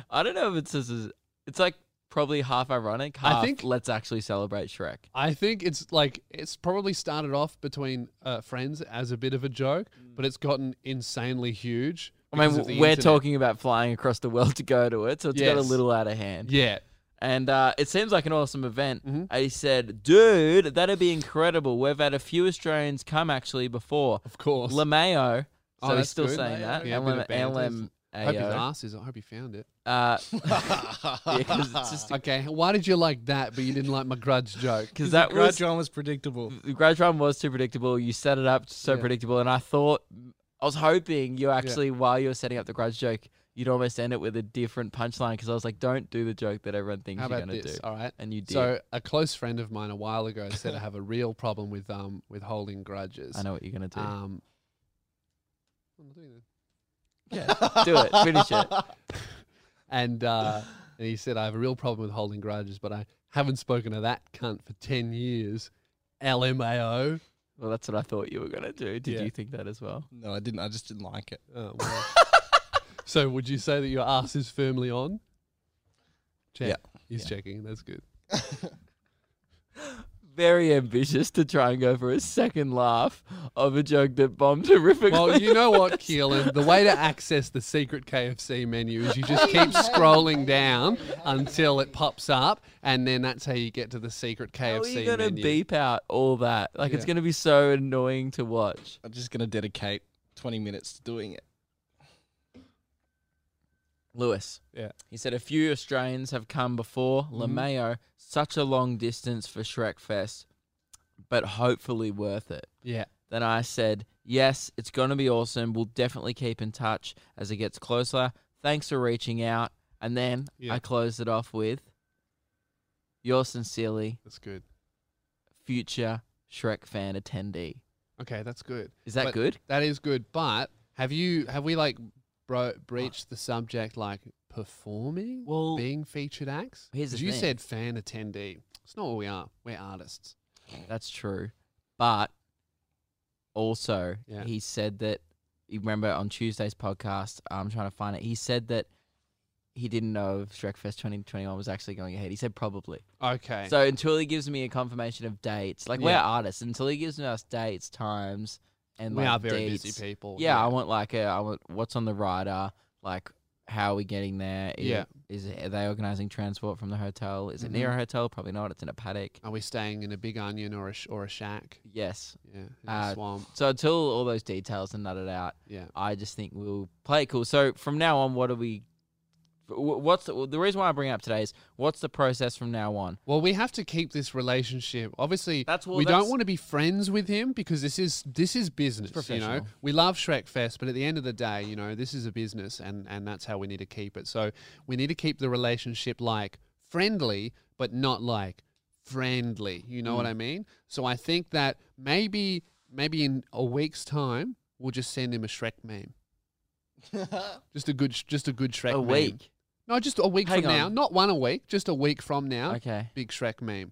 I don't know if it's as as- it's like probably half ironic. I Half, think- let's actually celebrate Shrek. I think it's like it's probably started off between uh, friends as a bit of a joke, but it's gotten insanely huge. Mm. I because mean, of the we're internet. talking about flying across the world to go to it, so it's got a Yes. little out of hand. Yeah, And uh, it seems like an awesome event. Mm-hmm. I said, dude, that'd be incredible. We've had a few Australians come actually before. of course. Lameo. So Oh, he's that's still good. saying Lameo, that. yeah, and a bit Lame- of banter. and Lam- I hope his Ayo. ass is. I hope he found it. Uh, yeah, 'cause it's just Okay, why did you like that, but you didn't like my grudge joke? because that was Grudge one was predictable. the grudge run was too predictable. You set it up so Yeah. predictable, and I thought I was hoping you actually while you were setting up the grudge joke, you'd almost end it with a different punchline because I was like, don't do the joke that everyone thinks How you're about gonna this? do, All right. and you did. So a close friend of mine a while ago said I have a real problem with um with holding grudges. I know what you're gonna do. Um, I'm not doing that. do it. Finish it. and uh, and he said I have a real problem with holding grudges, but I haven't spoken to that cunt for ten years. LMAO. Well, that's what I thought you were gonna do. Did Yeah. you think that as well? No, I didn't. I just didn't like it. Oh, well. so would you say that your ass is firmly on? Check. Yeah. He's checking. That's good. Very ambitious to try and go for a second laugh of a joke that bombed horrifically. Well, you know what, Keelan? The way to access the secret KFC menu is you just keep scrolling down until it pops up, and then that's how you get to the secret How are KFC you gonna menu. beep out all that? Like it's Yeah. gonna be so annoying to watch. I'm just gonna dedicate 20 minutes to doing it. Lewis. Yeah. He said a few Australians have come before Lameo, such a long distance for Shrek Fest, but hopefully worth it. Yeah. Then I said, Yes, it's going to be awesome. We'll definitely keep in touch as it gets closer. Thanks for reaching out. And then Yeah. I closed it off with, Yours sincerely, That's good. future Shrek fan attendee. Okay, that's good. Is that But good? That is good. But have you have we like bro- breached the subject like performing, Well, being featured acts? here's the you thing. said fan attendee. It's not what we are. We're artists. That's true. But also, Yeah. he said that, you remember on Tuesday's podcast, I'm trying to find it, he said that he didn't know if Shrekfest 2021 was actually going ahead. He said probably. Okay. So until he gives me a confirmation of dates, like we're Yeah. artists, until he gives us dates, times, and we like are very dates, busy people. Yeah, I want like a, I want what's on the rider, like how are we getting there? Is Yeah. is it, are they organizing transport from the hotel? Is it Mhm. near a hotel? Probably not. It's in a paddock. Are we staying in a big onion or a sh- or a shack? Yes. Yeah, in Uh, a swamp. So until all those details are nutted out, Yeah. I just think we'll play it cool. So from now on, what are we? wh- What's the, the reason why I bring it up today is what's the process from now on? Well, we have to keep this relationship. Obviously, That's what- we that's- don't want to be friends with him because this is this is business. You know, professional. we love Shrek Fest, but at the end of the day, you know, this is a business, and and that's how we need to keep it. So we need to keep the relationship like friendly, but not like friendly. You know Mm. what I mean? So I think that maybe maybe in a week's time, we'll just send him a Shrek meme. just a good, just a good Shrek. a meme. week. No, just a week Hang from now. on. Not one a week, just a week from now. Okay. Big Shrek meme.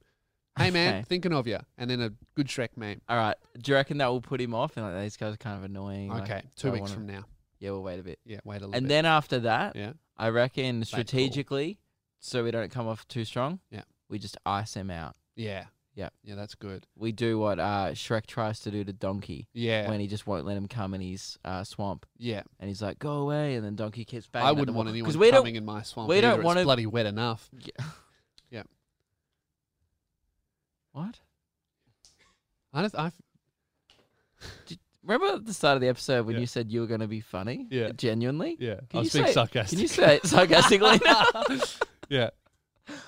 Hey man, Okay. thinking of you, and then a good Shrek meme. All right. Do you reckon that will put him off? And like these guys are kind of annoying. like, Okay, two don't weeks wanna- from now. Yeah, we'll wait a bit. Yeah, wait a little And bit. then after that, yeah, I reckon cool. strategically, so we don't come off too strong. Yeah. We just ice him out. yeah, Yeah. yeah. That's good. We do what uh, Shrek tries to do to Donkey Yeah, when he just won't let him come in his uh, swamp, yeah. and he's like, "Go away!" And then Donkey keeps banging. I at the wouldn't wall. want 'Cause anyone we don't- coming in my swamp. we either. don't It's wanna- bloody wet enough. Yeah. Yeah. What? I don't. I, Remember at the start of the episode when Yeah. you said you were going to be funny? Yeah. Genuinely? yeah, Can you was being say- sarcastic. Can you say it sarcastically? now? yeah, Are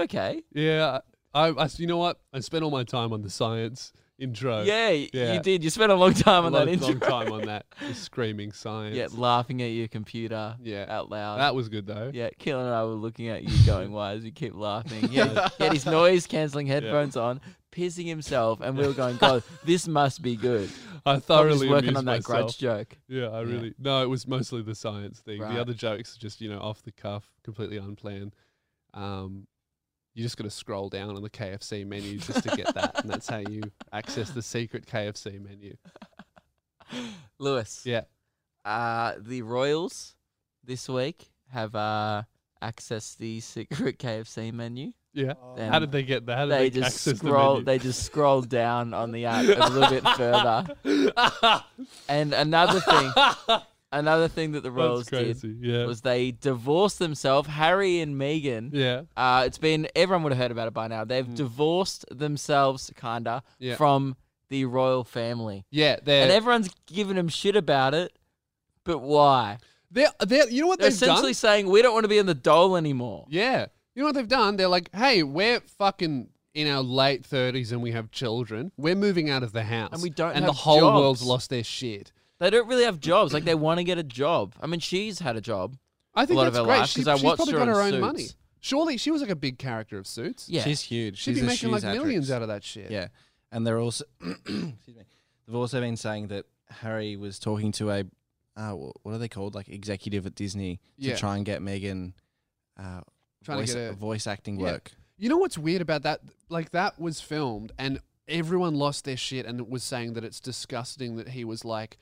okay? yeah. I, I, you know what? I spent all my time on the science intro. yeah, y- yeah. you did. You spent a long time a on long, that intro. long time on that the screaming science. Yeah, laughing at your computer Yeah. out loud. that was good though. yeah, Keelan and I were looking at you going, why does he keep laughing? He had, he had his noise cancelling headphones on, pissing himself, and we were going, God, this must be good. I I was thoroughly working amused on that myself. grudge joke. Yeah, I Yeah. really no. It was mostly the science thing. Right. The other jokes are just you know off the cuff, completely unplanned. Um, you just got to scroll down on the KFC menu just to get that, and that's how you access the secret KFC menu. Lewis. Yeah. Uh, the Royals this week have uh, accessed the secret KFC menu. Yeah. Then how did they get that? How did they they, just access scroll. the menu? They just scroll down on the app a little bit further. And another thing, another thing that the Royals That's did crazy. Yeah. was they divorced themselves. Harry and Megan. yeah. Mm-hmm. Uh, it's been everyone would have heard about it by now. They've divorced themselves, kinda, Yeah. from the royal family, Yeah. They're and everyone's giving them shit about it. But why? They're, they're, you know what They're they've done? essentially saying we don't want to be in the dole anymore. Yeah. You know what they've done? They're like, hey, we're fucking in our late 30s and we have children. We're moving out of the house. And we don't And have the whole jobs." world's lost their shit. They don't really have jobs. Like they want to get a job. I mean, she's had a job. I think lot of that's her great. life, She, 'cause I she's watched probably her got on her own Suits. money. Surely she was like a big character of Suits. Yeah, She's huge. She'd She's be a making like shoes actress. millions out of that shit. Yeah, and they're also excuse me. They've also been saying that Harry was talking to a uh, wh- what are they called? Like executive at Disney to Yeah. try and get Megan uh, Trying to voice, get a- voice acting Yeah. work. You know what's weird about that? Like that was filmed, and everyone lost their shit and was saying that it's disgusting that he was like,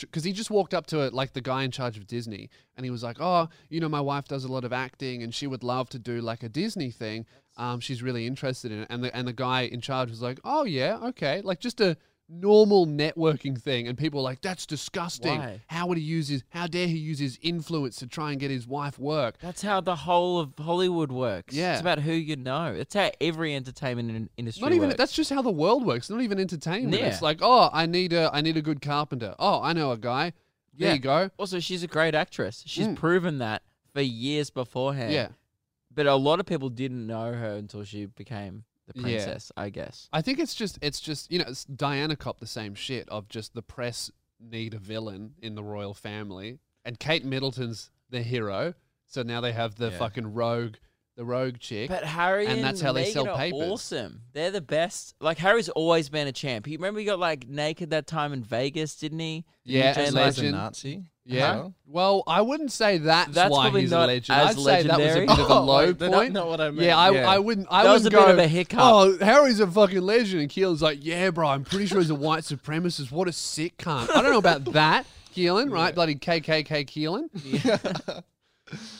because he just walked up to it like the guy in charge of Disney, and he was like, "Oh, you know, my wife does a lot of acting, and she would love to do like a Disney thing. Um, she's really interested in it." And the and the guy in charge was like, "Oh yeah, okay," like just a normal networking thing and people were like that's disgusting Why? how would he use his how dare he use his influence to try and get his wife work that's how the whole of Hollywood works. Yeah. it's about who you know. It's how every entertainment in- industry. Not even works. that's just how the world works. Not even entertainment. uh, Yeah. It's like, oh, I need a I need a good carpenter. Oh, I know a guy. There Yeah. you go. Also, she's a great actress. She's Mm. proven that for years beforehand. Yeah. But a lot of people didn't know her until she became the Yeah. princess, I guess. I think it's just it's just you know it's Diana copped the same shit of just the press need a villain in the royal family and Kate Middleton's the hero. So now they have the Yeah. fucking rogue, the rogue chick. But Harry And and, that's how they Meghan sell are papers. Awesome. They're the best. Like Harry's always been a champ. He remember he got like naked that time in Vegas, didn't he? yeah, Jane and Lynch As a legend. Nazi. Yeah. Huh? Well, I wouldn't say that's, That's why probably he's a not legend. as I'd say that was a legendary. bit of a Oh, low wait, point. they don't know what I meant. Yeah, I, Yeah. I wouldn't. I That was wouldn't a bit go, of a hiccup. Oh, Harry's a fucking legend, and Keelan's like, yeah, bro. I'm pretty sure he's a white supremacist. What a sick cunt. I don't know about that, Keelan. Right, bloody KKK Keelan.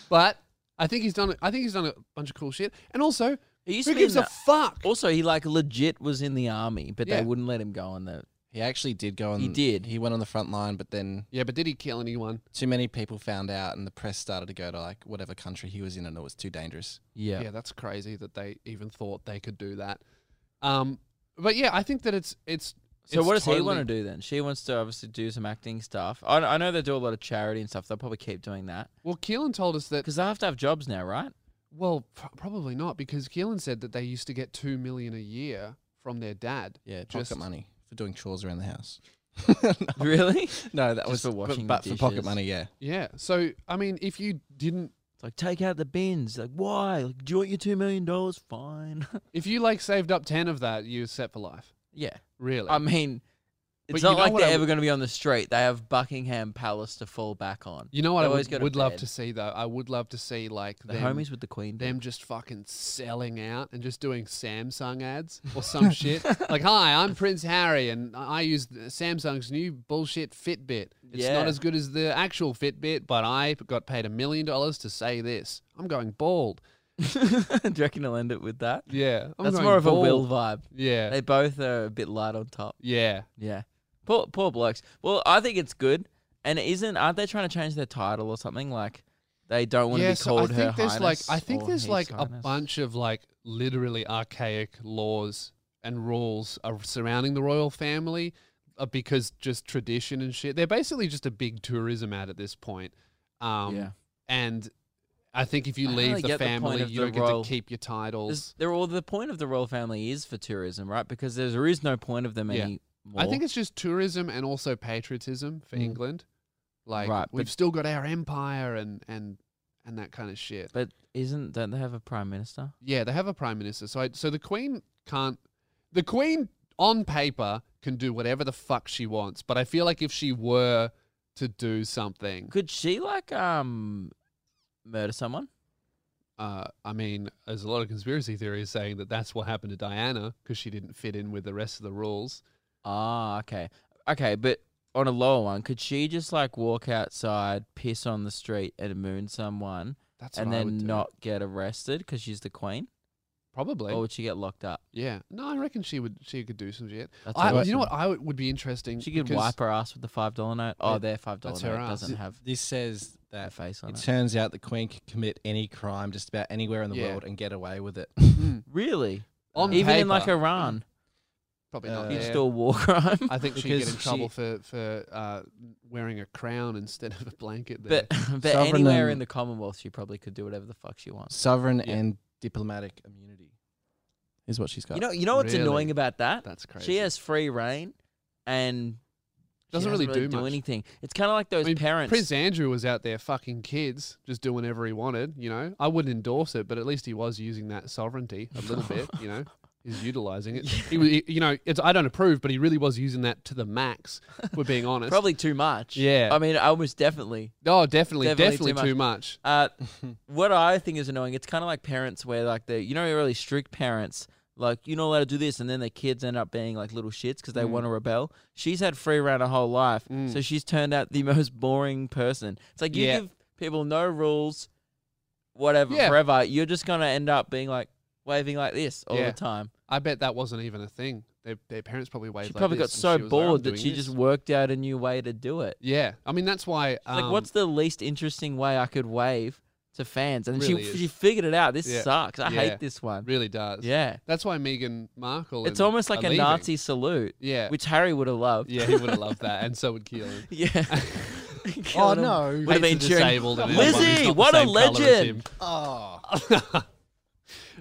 but I think he's done. I think he's done a bunch of cool shit. And also, He used who to be gives in a the- fuck? Also, he like legit was in the army, but Yeah. they wouldn't let him go on the He actually did go on. He did. He went on the front line, but then Yeah, but did he kill anyone? too many people found out, and the press started to go to like whatever country he was in, and it was too dangerous. Yeah. that's crazy that they even thought they could do that. Um, but yeah, I think that it's it's. So it's what does he totally- want to do then? She wants to obviously do some acting stuff. I, I know they do a lot of charity and stuff. They'll probably keep doing that Well, Keelan told us that because they have to have jobs now, right? Well, pr- probably not because Keelan said that they used to get two million a year from their dad. Yeah, Just- pocket money for doing chores around the house. Really? It's No, that Just was for but- washing the but, for pocket dishes. money. Yeah, Yeah. So I mean, if you didn't, like take out the bins. Like why? Like do you want your two million dollars? Fine. if you like saved up ten of that, you're set for life. yeah. Really. I mean, But it's you not know like what they're I ever would- going to be on the street. They have Buckingham Palace to fall back on. you know what They I always would, go to would love bed. to see though. I would love to see like The them, homies with the Queen. them just fucking selling out and just doing Samsung ads or some shit. Like, hi, I'm Prince Harry, and I I use the- Samsung's new bullshit Fitbit. It's Yeah. not as good as the actual Fitbit, but I got paid a million dollars to say this. I'm going bald. do you reckon they'll end it with that? Yeah, I'm That's going more of a bald. Will vibe. Yeah, They both are a bit light on top. yeah. Yeah. Poor poor blokes. Well, I think it's good. And isn't aren't they trying to change their title or something? Like they don't want to yeah, be so called I her think there's highness like I think or there's his like a highness. bunch of like literally archaic laws and rules are surrounding the royal family uh, because just tradition and shit. They're basically just a big tourism ad at this point. Um, Yeah. and I think if you I don't leave really the get the point family, of you the don't get royal- to keep your There's- titles. They're all the point of the royal family is for tourism, right? Because there's, there is no point of them Yeah. anymore. I think it's just tourism and also patriotism for England. Like Mm. Right, we've but- still got our empire and and and that kind of shit. But isn't don't they have a prime minister? Yeah, they have a prime minister. So, I, so the queen can't. The queen on paper can do whatever the fuck she wants, but I feel like if she were to do something, Could she like um murder someone? uh, I mean, there's a lot of conspiracy theories saying that that's what happened to Diana because she didn't fit in with the rest of the rules. Ah, okay, okay. But on a lower one, could she just like walk outside, piss on the street, and moon someone, That's and what I would then do. not get arrested because she's the queen, probably. or would she get locked up? yeah, no, I reckon she would. She could do some shit. That's I, awesome. you know what? I would, would be interesting. She could because- wipe her ass with the five dollar note. Oh, Yeah, their five dollar that's her note ass. doesn't have this says a that face on It it. turns out the Queen can commit any crime just about anywhere in the Yeah. world and get away with it. Mm. Really? On Even in paper. like Iran. Probably Uh, not. You'd there. still war crime. I think she'd get because in trouble she- for for uh, wearing a crown instead of a blanket. There. But but Sovereign anywhere and- in the Commonwealth, she probably could do whatever the fuck she wants. Sovereign Yeah. and diplomatic immunity is what she's got. You know, you know what's annoying Really? about that? That's crazy. She has free reign, and she Doesn't really do much. anything. It's kind of like those I mean, parents. Prince Andrew was out there fucking kids, just doing whatever he wanted. You know, I wouldn't endorse it, but at least he was using that sovereignty a little bit. You know, he's utilizing it. He was, he- you know, it's I don't approve, but he really was using that to the max. if We're being honest. Probably too much. Yeah. I mean, almost definitely. Oh, definitely, Definitely definitely, too too much. Uh, what I think is annoying, it's kind of like parents where like the you know really strict parents like you're not allowed to do this, and then their kids end up being like little shits because they Mm. want to rebel. She's had free reign her whole life, so she's turned out the most boring person. It's like you Yeah. give people no rules, whatever, Yeah. forever. You're just gonna end up being like waving like this all Yeah. the time. I bet that wasn't even a thing. Their, their parents probably waved. She like probably got this and so she was like, "I'm bored that doing she this." just worked out a new way to do it. Yeah, I mean that's why. Um, like, what's the least interesting way I could wave to fans? And Really she is. she figured it out. This Yeah. sucks. I Yeah. hate this one. really does? Yeah, that's why Meghan Markle. it's and- almost like are a leaving. Nazi salute, Yeah, which Harry would have loved. yeah, he would have loved that, and so would Keelan. yeah. Oh Killing him. no! Would Hates have been the cheering, disabled and Lizzie, everyone who's not the what a same colour as legend. Oh, him.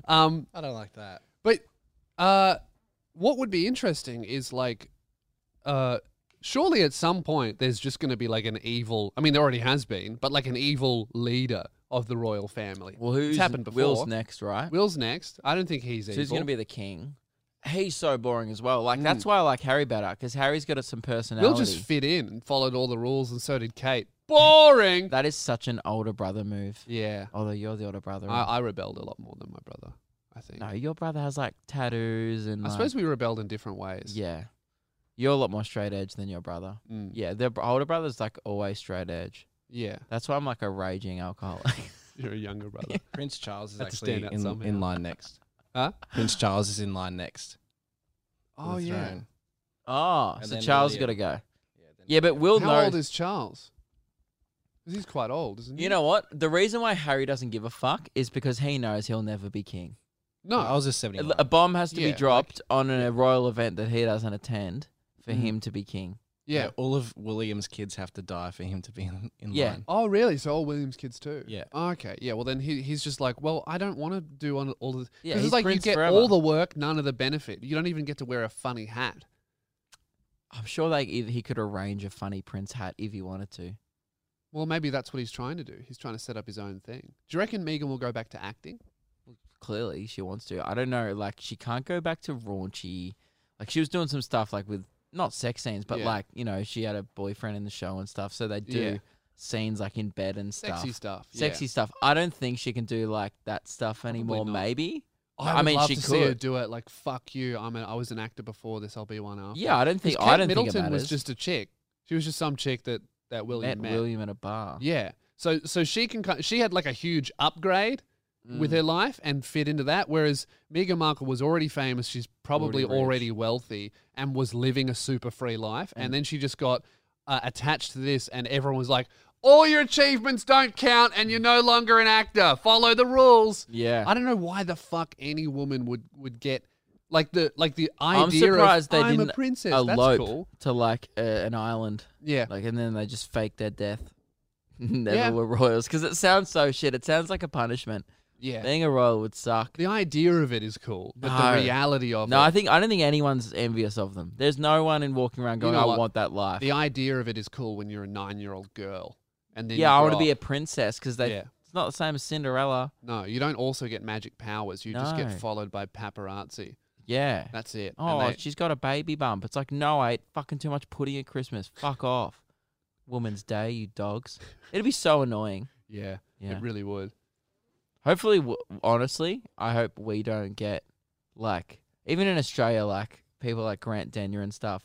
um, I don't like that. but uh, what would be interesting is like, uh, surely at some point there's just going to be like an evil. I mean, there already has been, but like an evil leader of the royal family. Well, who's it's happened before? Will's next, right? Will's next. I don't think he's so evil. he's gonna be the king. He's so boring as well. Like that's why I like Harry better because Harry's got some personality. Mm. Will just fit in and followed all the rules, and so did Kate. Boring. that is such an older brother move. yeah, Although you're the older brother. I, I rebelled a lot more than my brother. I think. no, your brother has like tattoos and. I like, suppose we rebelled in different ways. Yeah. You're a lot more straight edge than your brother. Mm. Yeah, their br- older brother's like always straight edge. Yeah. That's why I'm like a raging alcoholic. You're a younger brother. Prince Charles is Had to actually stand out in, somehow. in line next. Huh? Prince Charles is in line next. for the Oh yeah. throne. oh, And so then Charles got to William. go. Yeah, then- Yeah, but Will How knows. old is Charles? 'Cause he's quite old, isn't he? you know what? The reason why Harry doesn't give a fuck is because he knows he'll never be king. No. I was just A, seventy. a bomb has to Yeah, be like- dropped on a royal event that he doesn't attend for Mm. him to be king. yeah. all of William's kids have to die for him to be in, in Yeah. line. Oh really? So all Williams kids too? Yeah. Okay. Yeah. Well, then he, he's just like, well, I don't want to do on all the. Yeah. Yeah, It's he's like you prince get forever. all the work, none of the benefit. You don't even get to wear a funny hat. I'm sure like if he could arrange a funny prince hat if he wanted to. Well, maybe that's what he's trying to do. He's trying to set up his own thing. Do you reckon Megan will go back to acting? clearly she wants to. I don't know. Like she can't go back to raunchy. Like she was doing some stuff like with not sex scenes, but Yeah. like you know she had a boyfriend in the show and stuff. So they do Yeah. scenes like in bed and stuff. Sexy stuff. yeah. Sexy stuff. I don't think she can do like that stuff anymore. not. Maybe. Oh, I, I would mean, love she to see her could. do it. Like, fuck you. I'm. A, I was an actor before this. I'll be one after. Yeah, I don't 'Cause think. I Kate don't Middleton think it matters. was just a chick. She was just some chick that that William met, met. William at a bar. Yeah. So so she can ki- she had like a huge upgrade Mm. with her life and fit into that. Whereas Meghan Markle was already famous. She's probably Already rich. already, wealthy and was living a super free life. Mm. And then she just got uh, attached to this, and everyone was like, "All your achievements don't count, and you're no longer an actor. Follow the rules." Yeah. I don't know why the fuck any woman would would get. Like the like the idea I'm surprised of, they I'm didn't a princess. elope That's cool. to like uh, an island. Yeah, Like, and then they just fake their death. Never Yeah. were royals because it sounds so shit. It sounds like a punishment. yeah. Being a royal would suck. the idea of it is cool, but No. the reality of No, it. I think I don't think anyone's envious of them. There's no one in walking around going, know "I what? want that life." the idea of it is cool when you're a nine year old girl. And then yeah, I want want to be a princess because they. Yeah. It's not the same as Cinderella. No, you don't also get magic powers. You just No. get followed by paparazzi. Yeah. That's it. And oh, they- she's got a baby bump. It's like, no, I ate fucking too much pudding at Christmas. Fuck off, Woman's Day, you dogs. It'd be so annoying. yeah, Yeah. it really would. Hopefully, w- honestly, I hope we don't get like even in Australia, like people like Grant Denyer and stuff,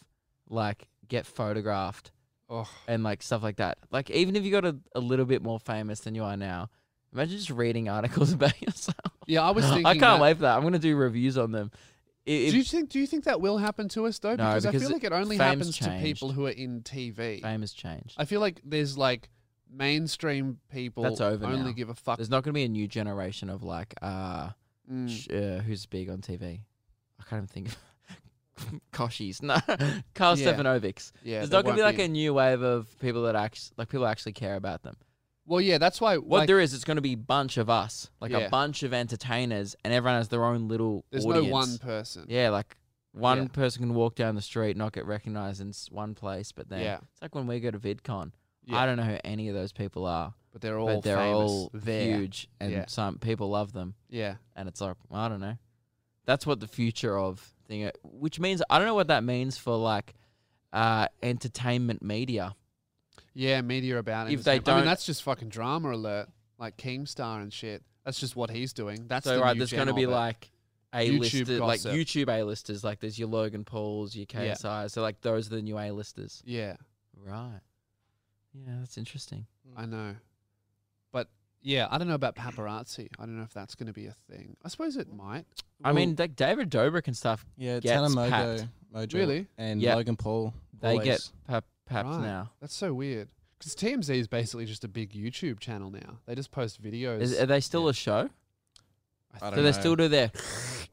like get photographed Oh, and like stuff like that. Like even if you got a, a little bit more famous than you are now, imagine just reading articles about yourself. yeah. I was I thinking. can't that- wait for that. I'm gonna do reviews on them. I- Do If, you think? Do you think that will happen to us though? No, I because feel like it only fame's happens changed. to people who are in TV. fame has changed. I feel like there's like mainstream people That's over only now. give a fuck. There's not gonna be a new generation of like uh, Mm. sh- uh who's big on TV. I can't even think. of Koshies. No, Carl Yeah. Stefanovics. Yeah, There's they not gonna be won't like be a new wave of people that actually like people actually care about them. Well, yeah, that's why. What like, there is, it's gonna be a bunch of us, like Yeah. a bunch of entertainers, and everyone has their own little. there's audience. no one person. Yeah, like one Yeah. person can walk down the street, not get recognized in s- one place, but then Yeah. it's like when we go to VidCon. Yeah. I don't know who any of those people are, but they're all but they're famous all there. huge, and Yeah. some people love them, Yeah, and it's like I don't know. That's what the future of thing, i- which means I don't know what that means for like uh entertainment media. yeah, media about it. If they I don't- mean, that's just fucking drama alert, like Keemstar and shit. That's just what he's doing. That's So the right, new there's going to be like a YouTube listers, like gossip. YouTube a listers, like there's your Logan Pauls, your Yeah. KSI, so like those are the new a listers. yeah, Right. Yeah, that's interesting. I know, but yeah, I don't know about paparazzi. I don't know if that's going to be a thing. I suppose it might. I mean, like David Dobrik and stuff, Yeah, gets Tanner Mojo, papped. Mojo, Really? and Yeah. Logan Paul. they get always. pap- papped Right. now. That's so weird. Because TMZ is basically just a big YouTube channel now. They just post videos. Is, are they still a show? I Do don't they know. still do their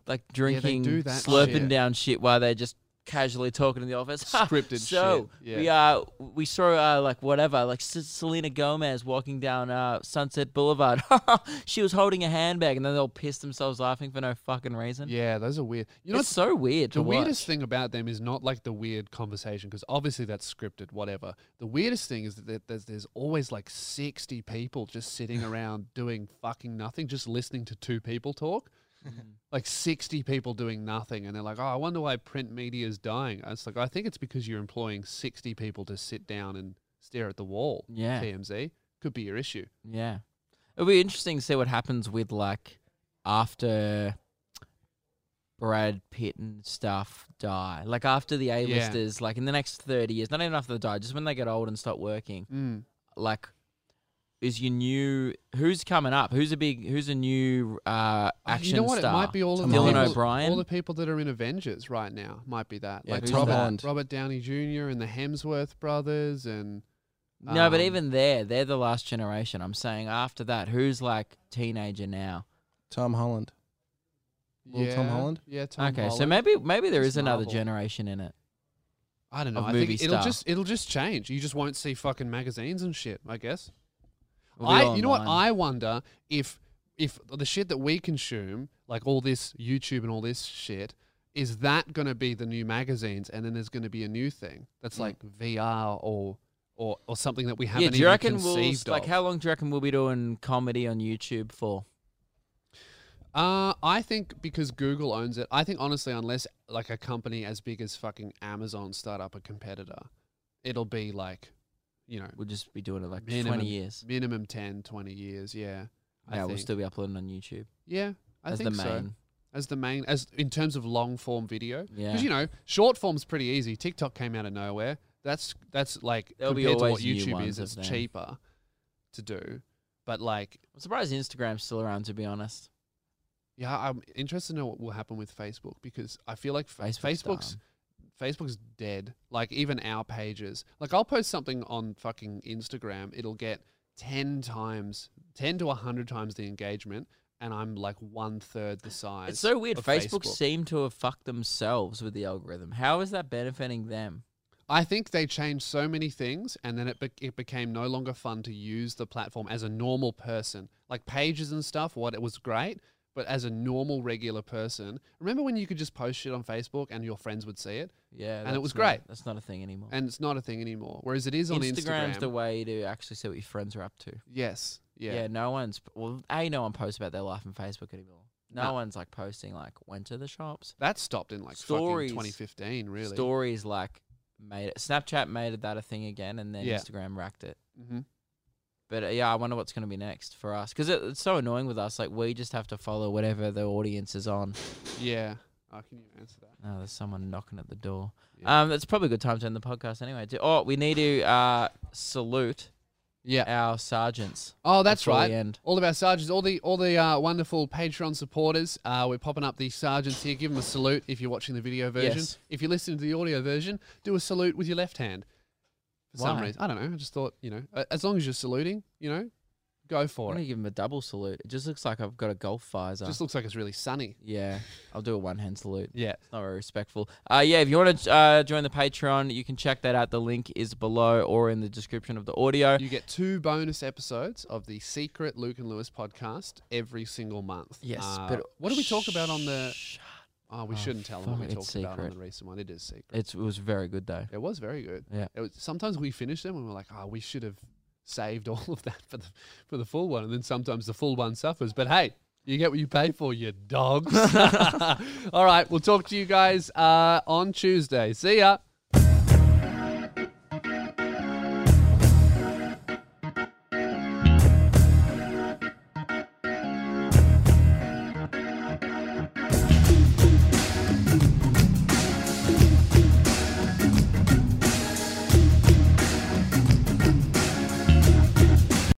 like drinking, do that slurping shit. down shit while they're just casually talking in the office? Ha, Scripted so shit, we uh we saw uh, like whatever like S- Selena Gomez walking down uh, Sunset Boulevard. she was holding a handbag, and then they'll piss themselves laughing for no fucking reason. yeah, those are weird. You know, it's so weird. The to watch. weirdest thing about them is not like the weird conversation because obviously that's scripted, whatever. The weirdest thing is that there- there's, there's always like 60 people just sitting around doing fucking nothing, just listening to two people talk. Mm-hmm. like 60 people doing nothing. And they're like, oh, I wonder why print media is dying. And it's like, I think it's because you're employing 60 people to sit down and stare at the wall. Yeah. TMZ could be your issue. Yeah. It'll be interesting to see what happens with like after Brad Pitt and stuff die. Like after the A-listers, like in the next 30 years, not even after they die, just when they get old and start working. Mm. Like is your new who's coming up? Who's a big who's a new uh you action know what? star? It might be all of the Dylan people, O'Brien. all the people that are in Avengers right now might be that. Yeah, like who's Robert, that? Robert Downey Jr. and the Hemsworth brothers, and no, but um, even there, they're the last generation. I'm saying after that, who's like teenager now? Tom Holland. Little yeah, Tom Holland? Yeah, Tom okay, so Holland. maybe maybe there Just is another Marvel. generation in it. I don't know. of I movie think it'll star. just it'll just change. You just won't see fucking magazines and shit. I guess. It'll be I all you know what online. I wonder if if the shit that we consume, like all this YouTube and all this shit. Is that going to be the new magazines, and then there's going to be a new thing that's like VR or or or something that we haven't Hmm. yeah, do you even reckon we'll conceived like of? how long do you reckon we'll be doing comedy on YouTube for? Uh, I think because Google owns it, I think honestly, unless like a company as big as fucking Amazon start up a competitor, it'll be like, you know, We'll just be doing it like minimum, twenty years. minimum 10, 20 years. Yeah. I Yeah, we'll think. still be uploading on YouTube yeah. I as think the main. so. As the main, as in terms of long form video, Yeah. because you know short form's pretty easy. TikTok came out of nowhere. That's that's like There'll be compared to what always new YouTube ones is, of it's them. cheaper to do. But like, I'm surprised Instagram's still around to be honest. yeah, I'm interested to know what will happen with Facebook because I feel like Fa- Facebook's Facebook's dumb. Facebook's dead. Like even our pages. Like I'll post something on fucking Instagram, it'll get 10 times 10 to 100 times the engagement and I'm like one third the size. It's so weird. of Facebook, seem to have fucked themselves with the algorithm. How is that benefiting them? I think they changed so many things and then it be- it became no longer fun to use the platform as a normal person. Like pages and stuff, what it was great, but as a normal regular person. Remember when you could just post shit on Facebook and your friends would see it? Yeah, And it that's was not- great. That's not a thing anymore. And it's not a thing anymore. Whereas it is on Instagram's Instagram. the way to actually see what your friends are up to. yes. Yeah. Yeah. no one's well, a no one posts about their life on Facebook anymore. No, No. one's like posting like went to the shops. That stopped in like Stories. fucking 2015, really. Stories like made it. Snapchat made it that a thing again, and then Yeah. Instagram racked it. Mhm. But uh, yeah, I wonder what's going to be next for us because it, it's so annoying with us. Like we just have to follow whatever the audience is on. Yeah. Oh, can you answer that? Oh, there's someone knocking at the door. Yeah. Um, that's probably a good time to end the podcast anyway. Do- Oh, we need to uh, salute Yeah. our sergeants. Oh, that's before we right. end. All of our sergeants, all the all the uh, wonderful Patreon supporters. Uh, we're popping up the sergeants here. Give them a salute if you're watching the video version. Yes. If you're listening to the audio version, do a salute with your left hand. For some Why? reason, I don't know. I just thought, you know, a- as long as you're saluting, you know, Go I'm for gonna it. give him a double salute. It just looks like I've got a golf visor. Just looks like it's really sunny. yeah, I'll do a one hand salute. Yeah. Not very respectful. Uh, yeah, if you want to uh, join the Patreon, you can check that out. The link is below or in the description of the audio. You get two bonus episodes of the secret Luke and Lewis podcast every single month. Yes, Uh, but what do we talk about on the? Shh. Oh, we shouldn't tell them fuck, what we it's talked about on secret. the recent one. It is secret. It's, it was very good though. It was very good. Yeah. It was, sometimes we finished them and we're like, oh, we should have saved all of that for the for the full one. And then sometimes the full one suffers. But hey, you get what you pay for, you dogs. all right, we'll talk to you guys uh, on Tuesday. See ya.